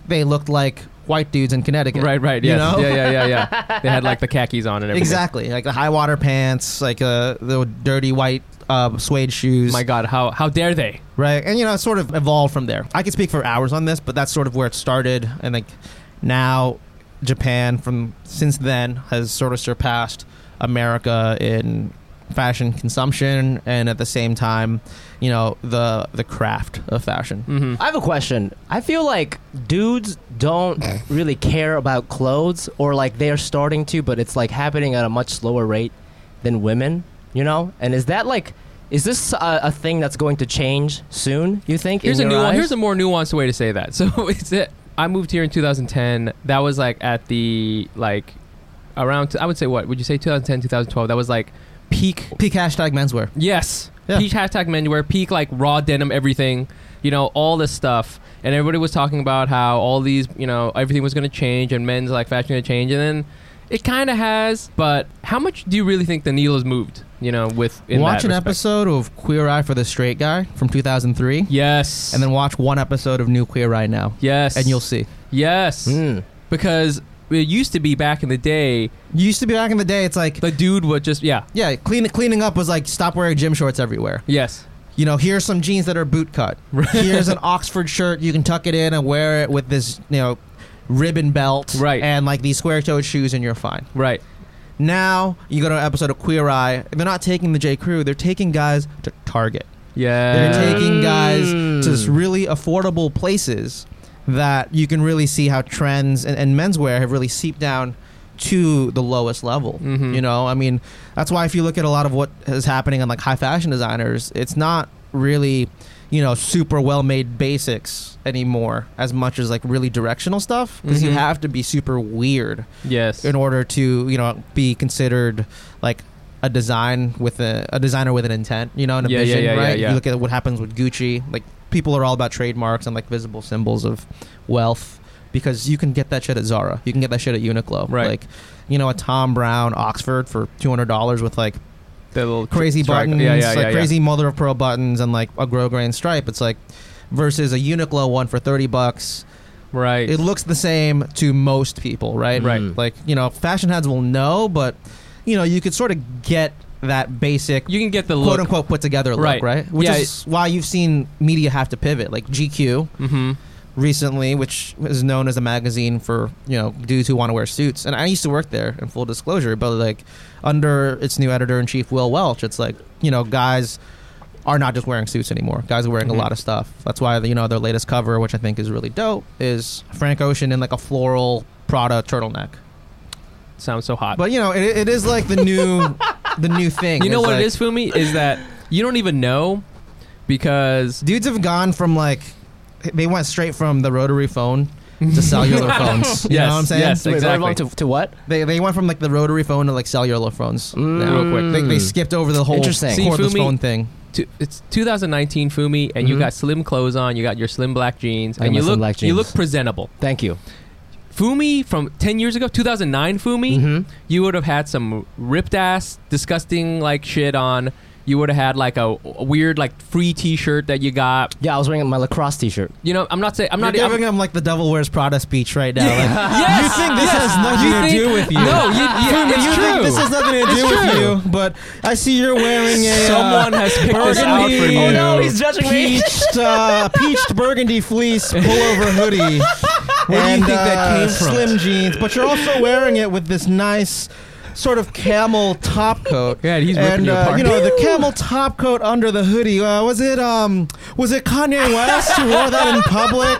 Speaker 4: they looked like white dudes in Connecticut.
Speaker 3: Right, right,
Speaker 4: You
Speaker 3: yes.
Speaker 4: know?
Speaker 3: Yeah, yeah, yeah, yeah. they had like the khakis on and everything.
Speaker 4: Exactly. Like the high water pants, like uh, the dirty white uh, suede shoes.
Speaker 3: My God, how how dare they?
Speaker 4: right? And you know, it sort of evolved from there. I could speak for hours on this, but that's sort of where it started, and like now, Japan from since then has sort of surpassed America in fashion consumption, and at the same time, you know, the the craft of fashion.
Speaker 3: Mm-hmm.
Speaker 1: I have a question. I feel like dudes don't really care about clothes, or like they are starting to, but it's like happening at a much slower rate than women. You know, and is that like, is this a, a thing that's going to change soon? You think?
Speaker 3: Here's
Speaker 1: in
Speaker 3: a
Speaker 1: your
Speaker 3: new
Speaker 1: eyes?
Speaker 3: here's a more nuanced way to say that. (laughs) So it's it. I moved here in 2010. That was like at the like around. I would say what would you say 2010 2012? That was like peak.
Speaker 4: Peak hashtag menswear.
Speaker 3: Yes,
Speaker 4: Yeah.
Speaker 3: peak hashtag menswear, peak like raw denim, everything. You know all this stuff, and everybody was talking about how all these you know everything was going to change and men's like fashion going to change, and then it kind of has. But how much do you really think the needle has moved? You know, with in
Speaker 4: watch
Speaker 3: that
Speaker 4: an
Speaker 3: respect?
Speaker 4: episode of Queer Eye for the Straight Guy from 2003,
Speaker 3: Yes,
Speaker 4: and then watch one episode of New Queer Eye now,
Speaker 3: yes,
Speaker 4: and you'll see.
Speaker 3: yes.
Speaker 1: Mm.
Speaker 3: because it used to be back in the day
Speaker 4: Used to be back in the day, it's like
Speaker 3: the dude would just yeah
Speaker 4: Yeah, clean, cleaning up was like stop wearing gym shorts everywhere.
Speaker 3: yes
Speaker 4: You know, here's some jeans that are boot cut. Here's an Oxford shirt you can tuck it in and wear it with this, you know, ribbon belt,
Speaker 3: Right.
Speaker 4: And like these square toed shoes, and you're fine.
Speaker 3: right
Speaker 4: Now you go to an episode of Queer Eye. and They're not taking the J Crew. They're taking guys to Target. They're
Speaker 3: yeah
Speaker 4: taking guys to
Speaker 1: Mm.
Speaker 4: s- really affordable places that you can really see how trends and, and menswear have really seeped down to the lowest level.
Speaker 3: Mhm.
Speaker 4: You know, I mean, that's why if you look at a lot of what is happening on like high fashion designers, it's not really, you know, super well made basics anymore as much as like really directional stuff because
Speaker 3: Mhm.
Speaker 4: you have to be super weird
Speaker 3: yes
Speaker 4: in order to you know be considered like a design with a, a designer with an intent you know and a
Speaker 3: Yeah, yeah,
Speaker 4: vision
Speaker 3: yeah, yeah,
Speaker 4: right
Speaker 3: yeah.
Speaker 4: you look at what happens with gucci like people are all about trademarks and like visible symbols of wealth because you can get that shit at zara you can get that shit at uniqlo
Speaker 3: Right.
Speaker 4: like you know a tom brown oxford for $200 with like
Speaker 3: the little
Speaker 4: crazy
Speaker 3: strike-
Speaker 4: buttons
Speaker 3: yeah yeah,
Speaker 4: like
Speaker 3: yeah, yeah.
Speaker 4: crazy mother of pearl buttons and like a grosgrain stripe it's like versus a uniqlo one for 30 bucks
Speaker 3: right
Speaker 4: it looks the same to most people, right?
Speaker 3: Right.
Speaker 1: Mm.
Speaker 4: Like, you know, fashion heads will know, but you know, you could sort of get that basic
Speaker 3: you can get the
Speaker 4: quote
Speaker 3: look
Speaker 4: unquote put together look,
Speaker 3: Right.
Speaker 4: right? Which
Speaker 3: Yeah,
Speaker 4: is why you've seen media have to pivot. Like GQ
Speaker 3: mm-hmm.
Speaker 4: recently, which is known as a magazine for, you know, dudes who want to wear suits. And I used to work there in full disclosure, but like under its new editor in chief Will Welch, it's like, you know, guys are not just wearing suits anymore. Guys are wearing
Speaker 3: Mhm.
Speaker 4: a lot of stuff. That's why you know their latest cover, which I think is really dope, is Frank Ocean in like a floral Prada turtleneck.
Speaker 3: sounds so hot
Speaker 4: But you know, it, it is like the
Speaker 3: (laughs)
Speaker 4: new, the new thing.
Speaker 3: you know
Speaker 4: It's
Speaker 3: what
Speaker 4: like,
Speaker 3: it is Fumi is that you don't even know because
Speaker 4: Dudes have gone from like, they went straight from the rotary phone
Speaker 3: (laughs)
Speaker 4: to cellular phones. You
Speaker 3: Yes,
Speaker 4: know what I'm saying?
Speaker 3: yes.
Speaker 1: Wait,
Speaker 3: Exactly.
Speaker 1: everyone to, to what?
Speaker 4: They, they went from like the rotary phone to like cellular phones. now.
Speaker 3: real quick.
Speaker 4: They, they
Speaker 1: Mm.
Speaker 4: skipped over the whole
Speaker 1: Interesting.
Speaker 3: Mm. See,
Speaker 4: cordless
Speaker 3: Fumi-
Speaker 4: phone thing.
Speaker 3: to, it's 2019 Fumi and you
Speaker 4: Mm-hmm.
Speaker 1: Mhm.
Speaker 3: got slim clothes on you got your slim black jeans
Speaker 1: I got
Speaker 3: and you
Speaker 1: my slim
Speaker 3: look
Speaker 1: black
Speaker 3: you
Speaker 1: jeans.
Speaker 3: look presentable
Speaker 1: Thank you.
Speaker 3: Fumi from 10 years ago, 2009 Fumi,
Speaker 4: Mm-hmm.
Speaker 1: Mhm.
Speaker 3: you would have had some ripped ass, disgusting like shit on. You would have had like a, a weird like free T-shirt that you got.
Speaker 1: Yeah, I was wearing my lacrosse T-shirt.
Speaker 3: You know, I'm not saying I'm
Speaker 4: I'm not
Speaker 3: not
Speaker 4: You're
Speaker 3: I'm-
Speaker 4: giving him like the devil wears Prada speech right
Speaker 3: (laughs)
Speaker 4: now. Like,
Speaker 3: Yes!
Speaker 4: you think (laughs) this has nothing
Speaker 3: You
Speaker 4: to
Speaker 3: think-
Speaker 4: do with you?
Speaker 3: No, you, yeah,
Speaker 4: Fumi,
Speaker 3: it's
Speaker 4: you
Speaker 3: true.
Speaker 4: think this has nothing to do with you? But I see you're wearing a uh,
Speaker 3: Someone has picked this out for
Speaker 4: burgundy-
Speaker 3: you.
Speaker 4: Oh, no,
Speaker 1: he's judging me.
Speaker 3: (laughs)
Speaker 4: peached, uh, peached burgundy fleece pullover hoodie. Where
Speaker 3: do you
Speaker 4: and,
Speaker 3: think that
Speaker 4: uh,
Speaker 3: came from?
Speaker 4: Slim jeans, but you're also wearing it with this nice sort of camel top coat.
Speaker 3: Yeah, he's ripping
Speaker 4: and
Speaker 3: you
Speaker 4: uh,
Speaker 3: apart.
Speaker 4: you
Speaker 3: (laughs)
Speaker 4: know the camel top coat under the hoodie. Uh, was it um was it Kanye West who wore that in public?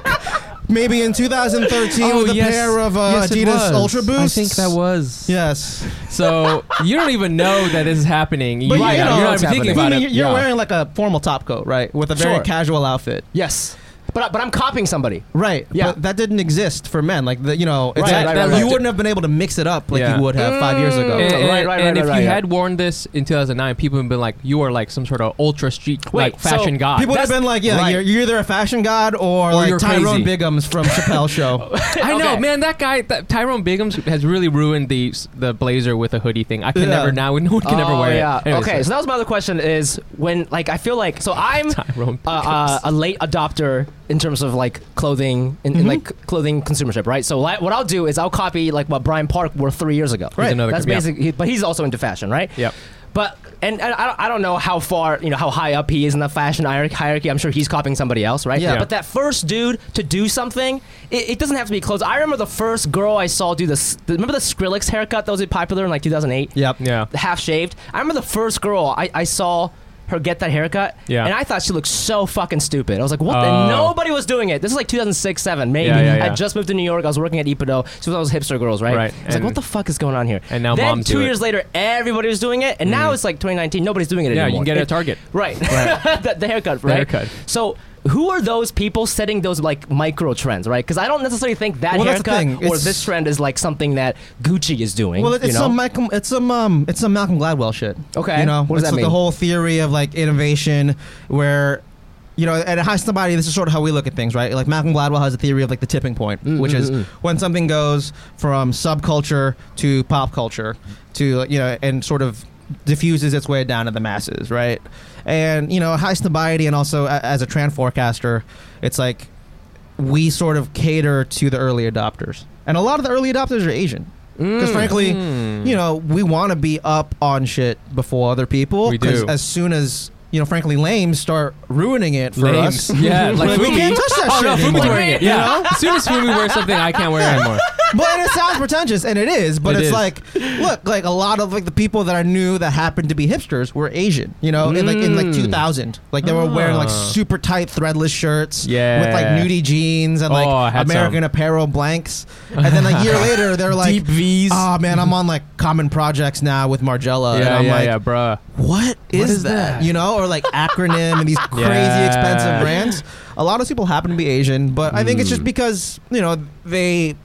Speaker 4: Maybe in 2013
Speaker 3: Oh,
Speaker 4: with a
Speaker 3: yes.
Speaker 4: pair of uh,
Speaker 3: Yes, it
Speaker 4: Adidas
Speaker 3: was.
Speaker 4: Ultra Boosts.
Speaker 3: I think that was.
Speaker 4: Yes,
Speaker 3: So you don't even know that this is happening. You,
Speaker 4: But
Speaker 3: you
Speaker 4: you
Speaker 3: know,
Speaker 4: know
Speaker 3: you're not
Speaker 4: what's
Speaker 3: even thinking about
Speaker 4: Fumi,
Speaker 3: it.
Speaker 4: you're you're
Speaker 1: yeah.
Speaker 4: wearing like a formal top coat, right, with a very
Speaker 1: Sure.
Speaker 4: casual outfit.
Speaker 1: Yes, but I- but I'm copying somebody.
Speaker 4: Right.
Speaker 1: Yeah.
Speaker 4: But that didn't exist for men. Like the, you know, it's
Speaker 1: Right,
Speaker 4: that-
Speaker 1: right,
Speaker 4: that-
Speaker 1: right,
Speaker 4: you
Speaker 1: right.
Speaker 4: wouldn't have been able to mix it up like
Speaker 3: Yeah. Mm.
Speaker 4: you would have five years ago.
Speaker 3: And, and-
Speaker 1: Right, right, right,
Speaker 3: and if
Speaker 1: right,
Speaker 3: you
Speaker 1: right,
Speaker 3: had worn this in 2009, people would have been like, "You are like some sort of ultra street
Speaker 1: Wait,
Speaker 3: like fashion
Speaker 1: so
Speaker 3: god."
Speaker 4: People would have been like, yeah,
Speaker 1: right.
Speaker 4: you're, you're either a fashion god or, like
Speaker 3: you're
Speaker 4: Tyrone
Speaker 3: crazy.
Speaker 4: Biggums from Chappelle's show.
Speaker 3: I know,
Speaker 1: Okay.
Speaker 3: man. That guy, that, Tyrone Biggums, has really ruined the the blazer with a hoodie thing. I can
Speaker 4: Yeah.
Speaker 3: never now. No one can ever
Speaker 1: Oh,
Speaker 3: wear
Speaker 1: yeah.
Speaker 3: it. Anyways,
Speaker 1: okay, so that was my other question: is when like I feel like so I'm uh,
Speaker 3: (laughs) Tyrone
Speaker 1: uh, a late adopter in terms of like clothing in,
Speaker 3: Mm-hmm.
Speaker 1: in like clothing consumership, right? So like, what I'll do is I'll copy like what Brian Park wore three years ago.
Speaker 3: Right. another
Speaker 1: That's
Speaker 3: co- yeah.
Speaker 1: basically, but he's also into fashion, right?
Speaker 3: Yep.
Speaker 1: But and I- I, don't- I don't know how far you know how high up he is in the fashion hier- hierarchy. I'm sure he's copying somebody else, right?
Speaker 4: Yeah.
Speaker 1: But that first dude to do something, it, it doesn't have to be clothes. I remember the first girl I saw do this. Remember the Skrillex haircut that was popular in like 2008?
Speaker 4: yep.
Speaker 3: Yeah.
Speaker 1: half shaved. I remember the first girl I, I saw her get that haircut,
Speaker 3: Yeah.
Speaker 1: and I thought she looked so fucking stupid. I was like, what? the-
Speaker 3: Oh.
Speaker 1: And nobody was doing it. This is like 2006, 7, maybe.
Speaker 3: Yeah, yeah, yeah.
Speaker 1: I just moved to New York. I was working at Ipado. She was those hipster girls, right?
Speaker 3: Right,
Speaker 1: I was like,
Speaker 3: and-
Speaker 1: what the fuck is going on here?
Speaker 3: and now
Speaker 1: then
Speaker 3: moms
Speaker 1: two
Speaker 3: do it. Mm.
Speaker 1: years later, everybody was doing it, and now it's like 2019. Nobody's doing it
Speaker 3: yeah, you
Speaker 1: anymore.
Speaker 3: can get it at
Speaker 1: It-
Speaker 3: Target.
Speaker 1: Right. (laughs) the, the haircut, right?
Speaker 3: haircut.
Speaker 1: So who are those people setting those like micro trends, right? Because I don't necessarily think that
Speaker 4: Well, that's the
Speaker 1: haircut
Speaker 4: thing.
Speaker 1: or
Speaker 4: It's-
Speaker 1: this trend is like something that Gucci is doing.
Speaker 4: Well, it- it's
Speaker 1: you know?
Speaker 4: some Malcolm, it's some um, it's some Malcolm Gladwell shit.
Speaker 1: Okay.
Speaker 4: you know,
Speaker 1: What
Speaker 4: it's
Speaker 1: does that
Speaker 4: like the
Speaker 1: mean?
Speaker 4: whole theory of like innovation, where, you know, at high somebody, this is sort of how we look at things, right? Like Malcolm Gladwell has a theory of like the tipping point,
Speaker 1: Mm,
Speaker 4: which is when something goes from subculture to pop culture to like, you know, and sort of diffuses its way down to the masses, right? And you know, high snobiety, and also a- as a trend forecaster, it's like we sort of cater to the early adopters, and a lot of the early adopters are Asian. Because
Speaker 3: Mm.
Speaker 4: frankly, you know, we want to be up on shit before other people.
Speaker 3: We
Speaker 4: 'cause
Speaker 3: do.
Speaker 4: As soon as you know, frankly, lames start ruining it for
Speaker 3: Lames.
Speaker 4: us.
Speaker 3: Yeah, like
Speaker 4: we
Speaker 3: Fumi.
Speaker 4: can't touch that
Speaker 3: Oh
Speaker 4: shit
Speaker 3: no, Fumi's
Speaker 4: anymore.
Speaker 3: wearing it.
Speaker 4: You
Speaker 3: Yeah.
Speaker 4: know?
Speaker 3: As soon as Fumi wears something, I can't wear it anymore.
Speaker 4: but it sounds pretentious, and it is. But
Speaker 3: It
Speaker 4: it's
Speaker 3: is.
Speaker 4: like, look, like a lot of like the people that I knew that happened to be hipsters were Asian. You know, in like in like
Speaker 1: Mm.
Speaker 4: 2000, like they were wearing like super tight threadless shirts, with like
Speaker 3: Ah. Yeah.
Speaker 4: nudie jeans and like
Speaker 3: Oh, I had
Speaker 4: American
Speaker 3: some.
Speaker 4: Apparel blanks. And then
Speaker 3: (laughs)
Speaker 4: a year later, they're like,
Speaker 3: Deep V's.
Speaker 4: Oh man, I'm on like common projects now with Margella, Uh, and
Speaker 3: yeah,
Speaker 4: I'm
Speaker 3: yeah,
Speaker 4: like,
Speaker 3: yeah, bruh.
Speaker 4: what is,
Speaker 3: is
Speaker 4: that?
Speaker 3: that?
Speaker 4: You know, or like acronym and these crazy
Speaker 3: Yeah.
Speaker 4: expensive brands. A lot of people happen to be Asian, but I think it's just because you know they,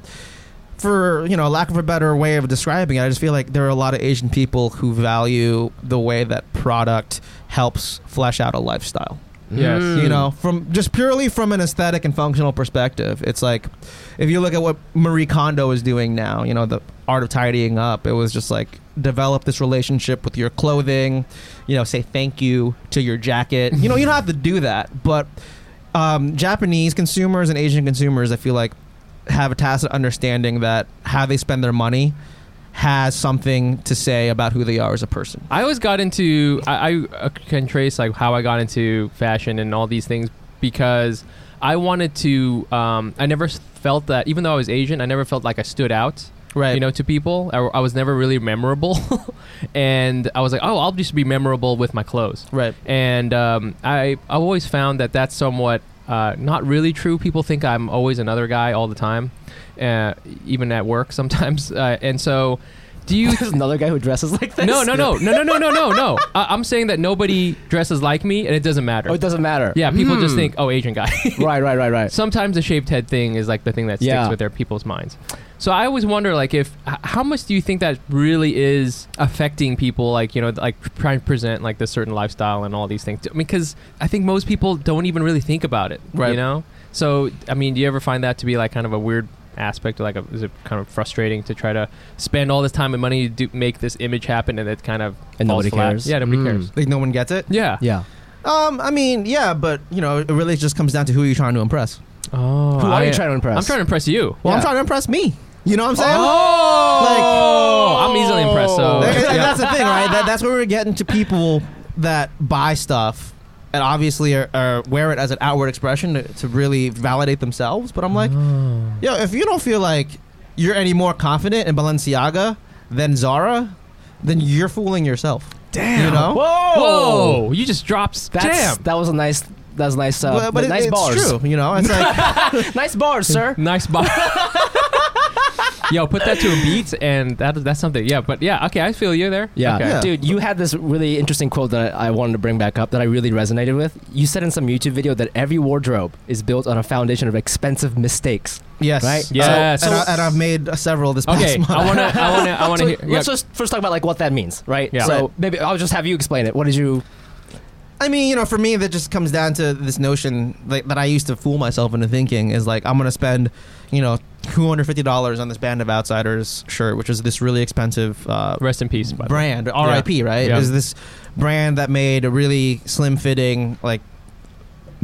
Speaker 4: for you know, lack of a better way of describing it, I just feel like there are a lot of Asian people who value the way that product helps flesh out a lifestyle
Speaker 3: Yes.
Speaker 4: Mm-hmm. you know from just purely from an aesthetic and functional perspective it's like if you look at what marie kondo is doing now you know the art of tidying up it was just like develop this relationship with your clothing you know say thank you to your jacket you know you don't have to do that but um, japanese consumers and asian consumers i feel like have a tacit understanding that how they spend their money has something to say about who they are as a person
Speaker 3: I always got into I, I uh, can trace like how I got into fashion and all these things because I wanted to. Um, I never s- felt that even though I was Asian, I never felt like I stood out.
Speaker 4: right
Speaker 3: You know, to people, I, I was never really memorable, (laughs) and I was like, oh, I'll just be memorable with my clothes.
Speaker 4: right
Speaker 3: And um, I I always found that that's somewhat uh, not really true. People think I'm always another guy all the time, uh, even at work sometimes. (laughs) Uh, and so,
Speaker 1: (laughs)
Speaker 3: do you
Speaker 1: There's another guy who dresses like this.
Speaker 3: no, no, no, no, no, no, no, no, no. I- I'm saying that nobody dresses like me, and it doesn't matter.
Speaker 1: Oh, it Hmm. doesn't matter.
Speaker 3: yeah, people just
Speaker 4: Hmm.
Speaker 3: think, oh, Asian guy.
Speaker 1: (laughs) Right, right, right, right.
Speaker 3: Sometimes the shaved head thing is like the thing that sticks
Speaker 1: Yeah.
Speaker 3: with their people's minds. So I always wonder, like, if h- how much do you think that really is affecting people, like you know, like trying to present like this certain lifestyle and all these things? I mean, because I think most people don't even really think about it,
Speaker 4: Right.
Speaker 3: you know. So I mean, do you ever find that to be like kind of a weird aspect? Like, a, is it kind of frustrating to try to spend all this time and money to do, make this image happen, and it kind of
Speaker 1: And
Speaker 3: falls
Speaker 1: nobody
Speaker 3: flat?
Speaker 1: cares.
Speaker 3: Yeah, nobody
Speaker 1: Mm.
Speaker 3: cares.
Speaker 4: Like no one gets it.
Speaker 3: Yeah.
Speaker 1: Yeah.
Speaker 4: Um, I mean, yeah, but you know, it really just comes down to who you're trying to impress.
Speaker 3: Oh,
Speaker 1: Who are
Speaker 3: I-
Speaker 1: you trying to impress?
Speaker 3: I'm trying to impress you.
Speaker 4: Well, I'm
Speaker 1: Yeah.
Speaker 4: trying to impress me. You know what I'm saying?
Speaker 3: Oh, I'm easily impressed. So
Speaker 4: That- that-
Speaker 3: yeah.
Speaker 4: That's the thing, right? That, that's where we're getting to people that buy stuff and obviously are, are wear it as an outward expression to, to really validate themselves. But I'm like, yo, if you don't feel like you're any more confident in Balenciaga than Zara, then you're fooling yourself. Damn. You know?
Speaker 3: Oh. Whoa! You just dropped.
Speaker 1: That's,
Speaker 3: Damn.
Speaker 1: That was a nice. That's nice. Uh,
Speaker 4: but but it-
Speaker 1: nice
Speaker 4: it's
Speaker 1: bars.
Speaker 4: true. You know, it's
Speaker 1: (laughs)
Speaker 4: like,
Speaker 1: Nice bars, sir.
Speaker 3: Nice bar. (laughs) Yo, put that to a beat, and that that's something. Yeah, but yeah, okay, I feel you there.
Speaker 1: Yeah.
Speaker 3: Okay.
Speaker 4: Yeah.
Speaker 1: dude, you had this really interesting quote that I, I wanted to bring back up that I really resonated with. You said in some YouTube video that every wardrobe is built on a foundation of expensive mistakes.
Speaker 4: yes.
Speaker 1: Right?
Speaker 3: Yes.
Speaker 4: So, and, I, and I've made several this past
Speaker 3: (laughs)
Speaker 4: (laughs)
Speaker 3: Okay,
Speaker 4: month.
Speaker 3: I wanna, I wanna, I wanna
Speaker 1: So
Speaker 3: hear. Yeah.
Speaker 1: Let's just first talk about like what that means, right?
Speaker 3: Yeah.
Speaker 1: So
Speaker 4: Right.
Speaker 1: maybe I'll just have you explain it. What did you?
Speaker 4: I mean, you know, for me, that just comes down to this notion that, that I used to fool myself into thinking is like I'm gonna spend, you know, two hundred fifty dollars on this band of outsiders shirt, which is this really expensive uh,
Speaker 3: Rest in peace. By the way.
Speaker 4: brand, R.I.P. Right?
Speaker 3: Yeah.
Speaker 4: Is this brand that made a really slim fitting like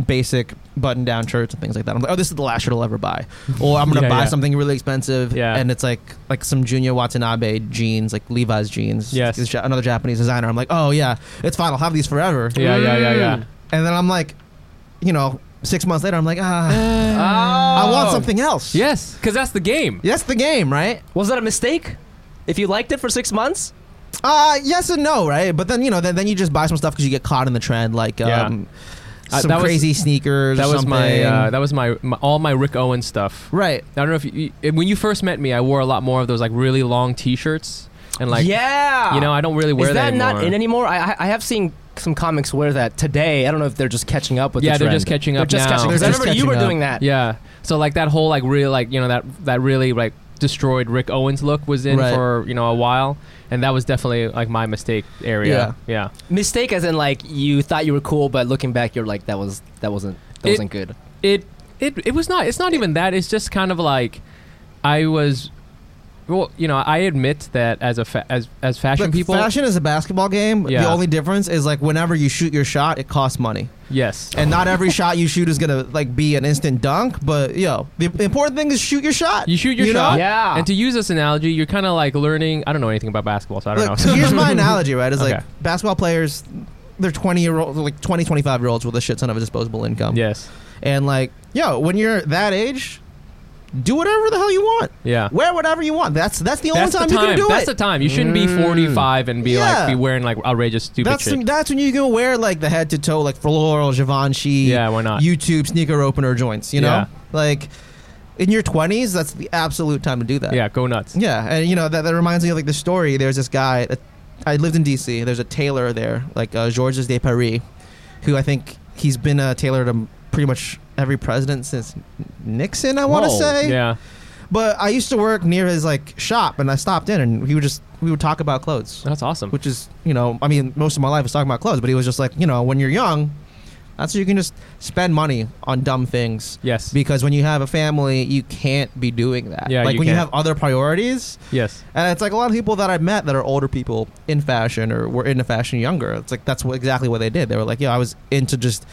Speaker 4: basic button down shirts and things like that. I'm like, oh, this is the last shirt I'll ever
Speaker 3: (laughs)
Speaker 4: buy, or I'm gonna
Speaker 3: Yeah,
Speaker 4: buy
Speaker 3: yeah.
Speaker 4: something really expensive,
Speaker 3: Yeah.
Speaker 4: and it's like like some Junior Watanabe jeans, like Levi's jeans.
Speaker 3: Yes.
Speaker 4: It's ja- another Japanese designer. I'm like, oh yeah, it's fine. I'll have these forever.
Speaker 3: Yeah, yeah, yeah, yeah.
Speaker 4: And then I'm like, you know, six months later, I'm like, ah, I want
Speaker 3: Oh.
Speaker 4: something else.
Speaker 3: Yes, because that's the game.
Speaker 4: Yes, the game, right?
Speaker 1: Was that a mistake? If you liked it for six months,
Speaker 4: Uh, yes and no, right? But then, you know, then, then you just buy some stuff because you get caught in the trend, like
Speaker 3: Yeah.
Speaker 4: um,
Speaker 3: Uh,
Speaker 4: some
Speaker 3: that was-
Speaker 4: crazy sneakers
Speaker 3: That
Speaker 4: or
Speaker 3: was
Speaker 4: something.
Speaker 3: my. Uh, that was my, my all my Rick Owens stuff.
Speaker 4: right.
Speaker 3: I don't know if you, you- when you first met me, I wore a lot more of those like really long T-shirts and like
Speaker 1: yeah,
Speaker 3: you know I don't really wear
Speaker 1: is that, not
Speaker 3: anymore.
Speaker 1: in anymore? I, I I have seen some comics wear that today. I don't know if they're just catching up with.
Speaker 3: yeah,
Speaker 1: the
Speaker 3: they're
Speaker 1: trend.
Speaker 3: just catching
Speaker 1: They're
Speaker 3: up
Speaker 1: just
Speaker 3: now.
Speaker 1: catching.
Speaker 4: They're
Speaker 1: Because I
Speaker 4: just
Speaker 1: remember you were
Speaker 4: catching up.
Speaker 1: doing that.
Speaker 3: Yeah. So like that whole like really like you know that that really like destroyed Rick Owens look was in
Speaker 4: Right.
Speaker 3: for you know a while, and that was definitely like my mistake area. Yeah.
Speaker 1: Mistake, as in like you thought you were cool, but looking back, you're like that was that wasn't that
Speaker 3: It-
Speaker 1: wasn't
Speaker 3: (laughs)
Speaker 1: good.
Speaker 3: It it it was not. It's not even that. It's just kind of like I was. Well, you know, I admit that as a fa- as as fashion
Speaker 4: Look,
Speaker 3: people,
Speaker 4: fashion is a basketball game.
Speaker 3: Yeah.
Speaker 4: The only difference is like whenever you shoot your shot, it costs money,
Speaker 3: yes,
Speaker 4: and
Speaker 3: (laughs)
Speaker 4: not every shot you shoot is gonna like be an instant dunk. But yo, the important thing is shoot your shot.
Speaker 3: you shoot your
Speaker 4: You know?
Speaker 3: shot.
Speaker 1: Yeah.
Speaker 3: And to use this analogy, you're kind of like learning. I don't know anything about basketball, so I don't
Speaker 4: Look,
Speaker 3: know.
Speaker 4: here's my analogy, right? It's
Speaker 3: Okay.
Speaker 4: like basketball players, they're 20 year old, like 20, 25 year olds with a shit ton of disposable
Speaker 3: (laughs)
Speaker 4: income.
Speaker 3: yes.
Speaker 4: And like, yo, when you're that age, do whatever the hell you want.
Speaker 3: Yeah.
Speaker 4: Wear whatever you want. That's that's the only
Speaker 3: That's
Speaker 4: time,
Speaker 3: the time.
Speaker 4: you can do
Speaker 3: That's
Speaker 4: it.
Speaker 3: the time. You shouldn't be
Speaker 1: Mm.
Speaker 3: 45 and be
Speaker 4: Yeah.
Speaker 3: like be wearing like outrageous stupid
Speaker 4: that's
Speaker 3: shit.
Speaker 4: when, that's when you can wear like the head to toe like floral Givenchy,
Speaker 3: Yeah, why not?
Speaker 4: YouTube sneaker opener joints. You know,
Speaker 3: Yeah.
Speaker 4: like in your 20s, that's the absolute time to do that.
Speaker 3: yeah, go nuts.
Speaker 4: Yeah, and you know that, that reminds me of like the story. There's this guy. uh, I lived in D.C. There's a tailor there, like uh, Georges de Paris, who I think he's been a tailor to pretty much every president since Nixon. I want to
Speaker 1: Whoa,
Speaker 4: say.
Speaker 3: Yeah.
Speaker 4: But I used to work near his like shop, and I stopped in, and we would just we would talk about clothes,
Speaker 3: That's awesome.
Speaker 4: which is you know I mean most of my life was talking about clothes, but he was just like you know when you're young, that's you can just spend money on dumb things
Speaker 3: Yes.
Speaker 4: because when you have a family, you can't be doing that.
Speaker 3: Yeah,
Speaker 4: like
Speaker 3: you
Speaker 4: when you
Speaker 3: can't.
Speaker 4: have other priorities,
Speaker 3: yes.
Speaker 4: and it's like a lot of people that I met that are older people in fashion or were into fashion younger. It's like that's what, exactly what they did. They were like, "Yeah, I was into just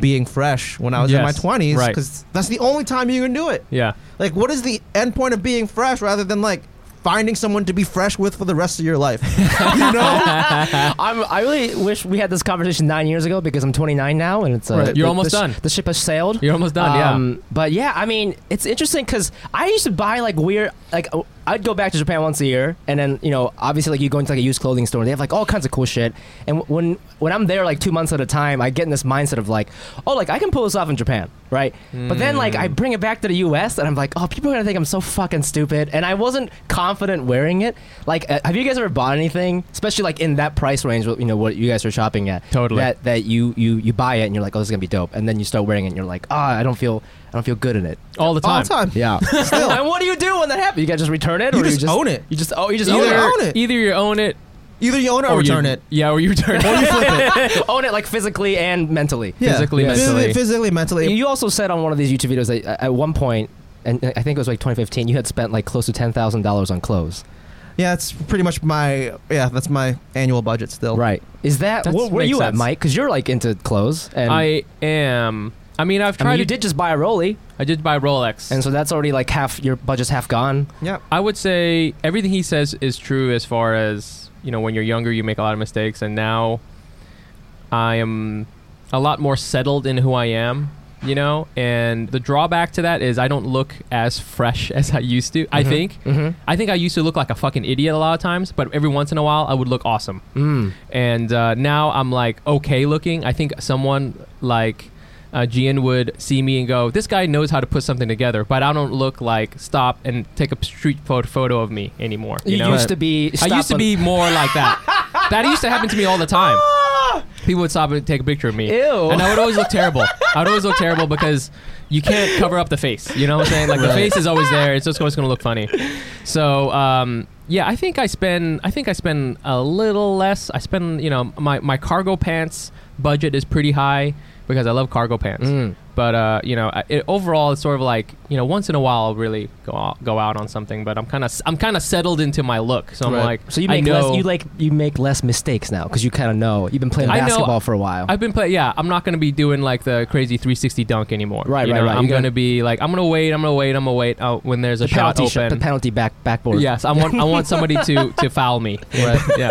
Speaker 4: being fresh when I was in my
Speaker 3: Yes,
Speaker 4: twenties
Speaker 3: right.
Speaker 4: because that's the only time you can do it."
Speaker 3: Yeah.
Speaker 4: Like, what is the end point of being fresh rather than like finding someone to be fresh with for the rest of your life? you know?
Speaker 1: (laughs) I'm, I really wish we had this conversation nine years ago because I'm 29 now and it's uh,
Speaker 4: Right.
Speaker 3: You're
Speaker 1: the-
Speaker 3: almost
Speaker 1: the sh-
Speaker 3: done.
Speaker 1: The ship has sailed.
Speaker 3: You're almost done. yeah.
Speaker 1: Um, But yeah, I mean, it's interesting because I used to buy like weird, like uh, I'd go back to Japan once a year, and then you know, obviously, like you go into like a used clothing store, they have like all kinds of cool shit. And w- when when I'm there like two months at a time, I get in this mindset of like, oh, like I can pull this off in Japan, right? But then like I bring it back to the U.S. and I'm like, oh, people are gonna think I'm so fucking stupid, and I wasn't confident wearing it. Like, uh, have you guys ever bought anything, especially like in that price range, you know, what you guys are shopping at?
Speaker 3: Totally.
Speaker 1: That that you you you buy it and you're like, oh, this is gonna be dope, and then you start wearing it and you're like, ah, I don't feel I don't feel good in it.
Speaker 3: all the time.
Speaker 4: All the time. (laughs)
Speaker 1: Yeah. and what do you do when that happens? You gotta just return it,
Speaker 4: You
Speaker 1: or you
Speaker 4: just
Speaker 1: just
Speaker 4: own it.
Speaker 1: You just oh, you just
Speaker 4: Either
Speaker 1: own
Speaker 4: own it.
Speaker 3: Either you own it
Speaker 4: Either you own it or,
Speaker 3: you-
Speaker 4: return it.
Speaker 3: Yeah, or you return it.
Speaker 4: (laughs) You flip it.
Speaker 1: it. (laughs) own it like physically and mentally.
Speaker 4: Yeah.
Speaker 3: Physically,
Speaker 4: Physically,
Speaker 3: mentally.
Speaker 4: physically, mentally.
Speaker 1: You also said on one of these YouTube videos that uh, at one point and I think it was like 2015. You had spent like close to ten thousand dollars on clothes,
Speaker 4: Yeah, it's pretty much my yeah. That's my annual budget still.
Speaker 1: right? Oh. Is that
Speaker 3: That's-
Speaker 1: where, where
Speaker 3: makes
Speaker 1: you at,
Speaker 3: sense.
Speaker 1: Mike? Because you're like into clothes, and I,
Speaker 3: I am. I mean, I've tried.
Speaker 1: mean, you
Speaker 3: to,
Speaker 1: did just buy a Rolly,
Speaker 3: I did buy Rolex,
Speaker 1: and so that's already like half your budget's half gone.
Speaker 4: Yeah.
Speaker 3: I would say everything he says is true as far as, you know, when you're younger, you make a lot of mistakes. And now I am a lot more settled in who I am, you know? And the drawback to that is I don't look as fresh (laughs) as I used to, I think.
Speaker 1: Mm-hmm.
Speaker 3: I think I used to look like a fucking idiot a lot of times, but every once in a while I would look awesome.
Speaker 1: Mm.
Speaker 3: And uh, now I'm like okay looking. I think someone like uh, Gian would see me and go, "This guy knows how to put something together," but I don't look like stop and take a street pho- photo of me anymore. You,
Speaker 1: You,
Speaker 3: know,
Speaker 1: used to be.
Speaker 3: I
Speaker 1: stop
Speaker 3: used to
Speaker 1: on- (laughs)
Speaker 3: be more like that. that used to happen to me all the time. People would stop and take a picture of me.
Speaker 1: Ah! Ew.
Speaker 3: And I would always look terrible. I would always look terrible because you can't cover up the face. You know what I'm saying? Like the
Speaker 4: Right.
Speaker 3: face is always there. It's just always going to look funny. So um, yeah, I think I spend I think I spend a little less. I spend you know my my cargo pants budget is pretty high because I love cargo pants.
Speaker 1: Mm.
Speaker 3: But uh, you know, I- it, overall, it's sort of like you know, once in a while, I'll really go out, go out on something. But I'm kind of I'm kind of settled into my look, so
Speaker 4: Right.
Speaker 3: I'm like,
Speaker 1: So you
Speaker 3: I
Speaker 1: make
Speaker 3: know,
Speaker 1: less. You like you make less mistakes now because you kind of know you've been playing
Speaker 3: I know-
Speaker 1: basketball for a while.
Speaker 3: I've been playing. Yeah, I'm not gonna be doing like the crazy 360 dunk anymore.
Speaker 1: Right,
Speaker 3: you
Speaker 1: right,
Speaker 3: know?
Speaker 1: right.
Speaker 3: I'm
Speaker 1: You're
Speaker 3: gonna,
Speaker 1: gonna-
Speaker 3: be like, I'm gonna wait, I'm gonna wait, I'm gonna wait. Oh, when there's a
Speaker 1: the
Speaker 3: shot
Speaker 1: penalty
Speaker 3: open,
Speaker 1: sh- the penalty back backboard.
Speaker 3: yes, I want I want somebody
Speaker 1: (laughs)
Speaker 3: to to foul me.
Speaker 4: Right.
Speaker 3: Yeah,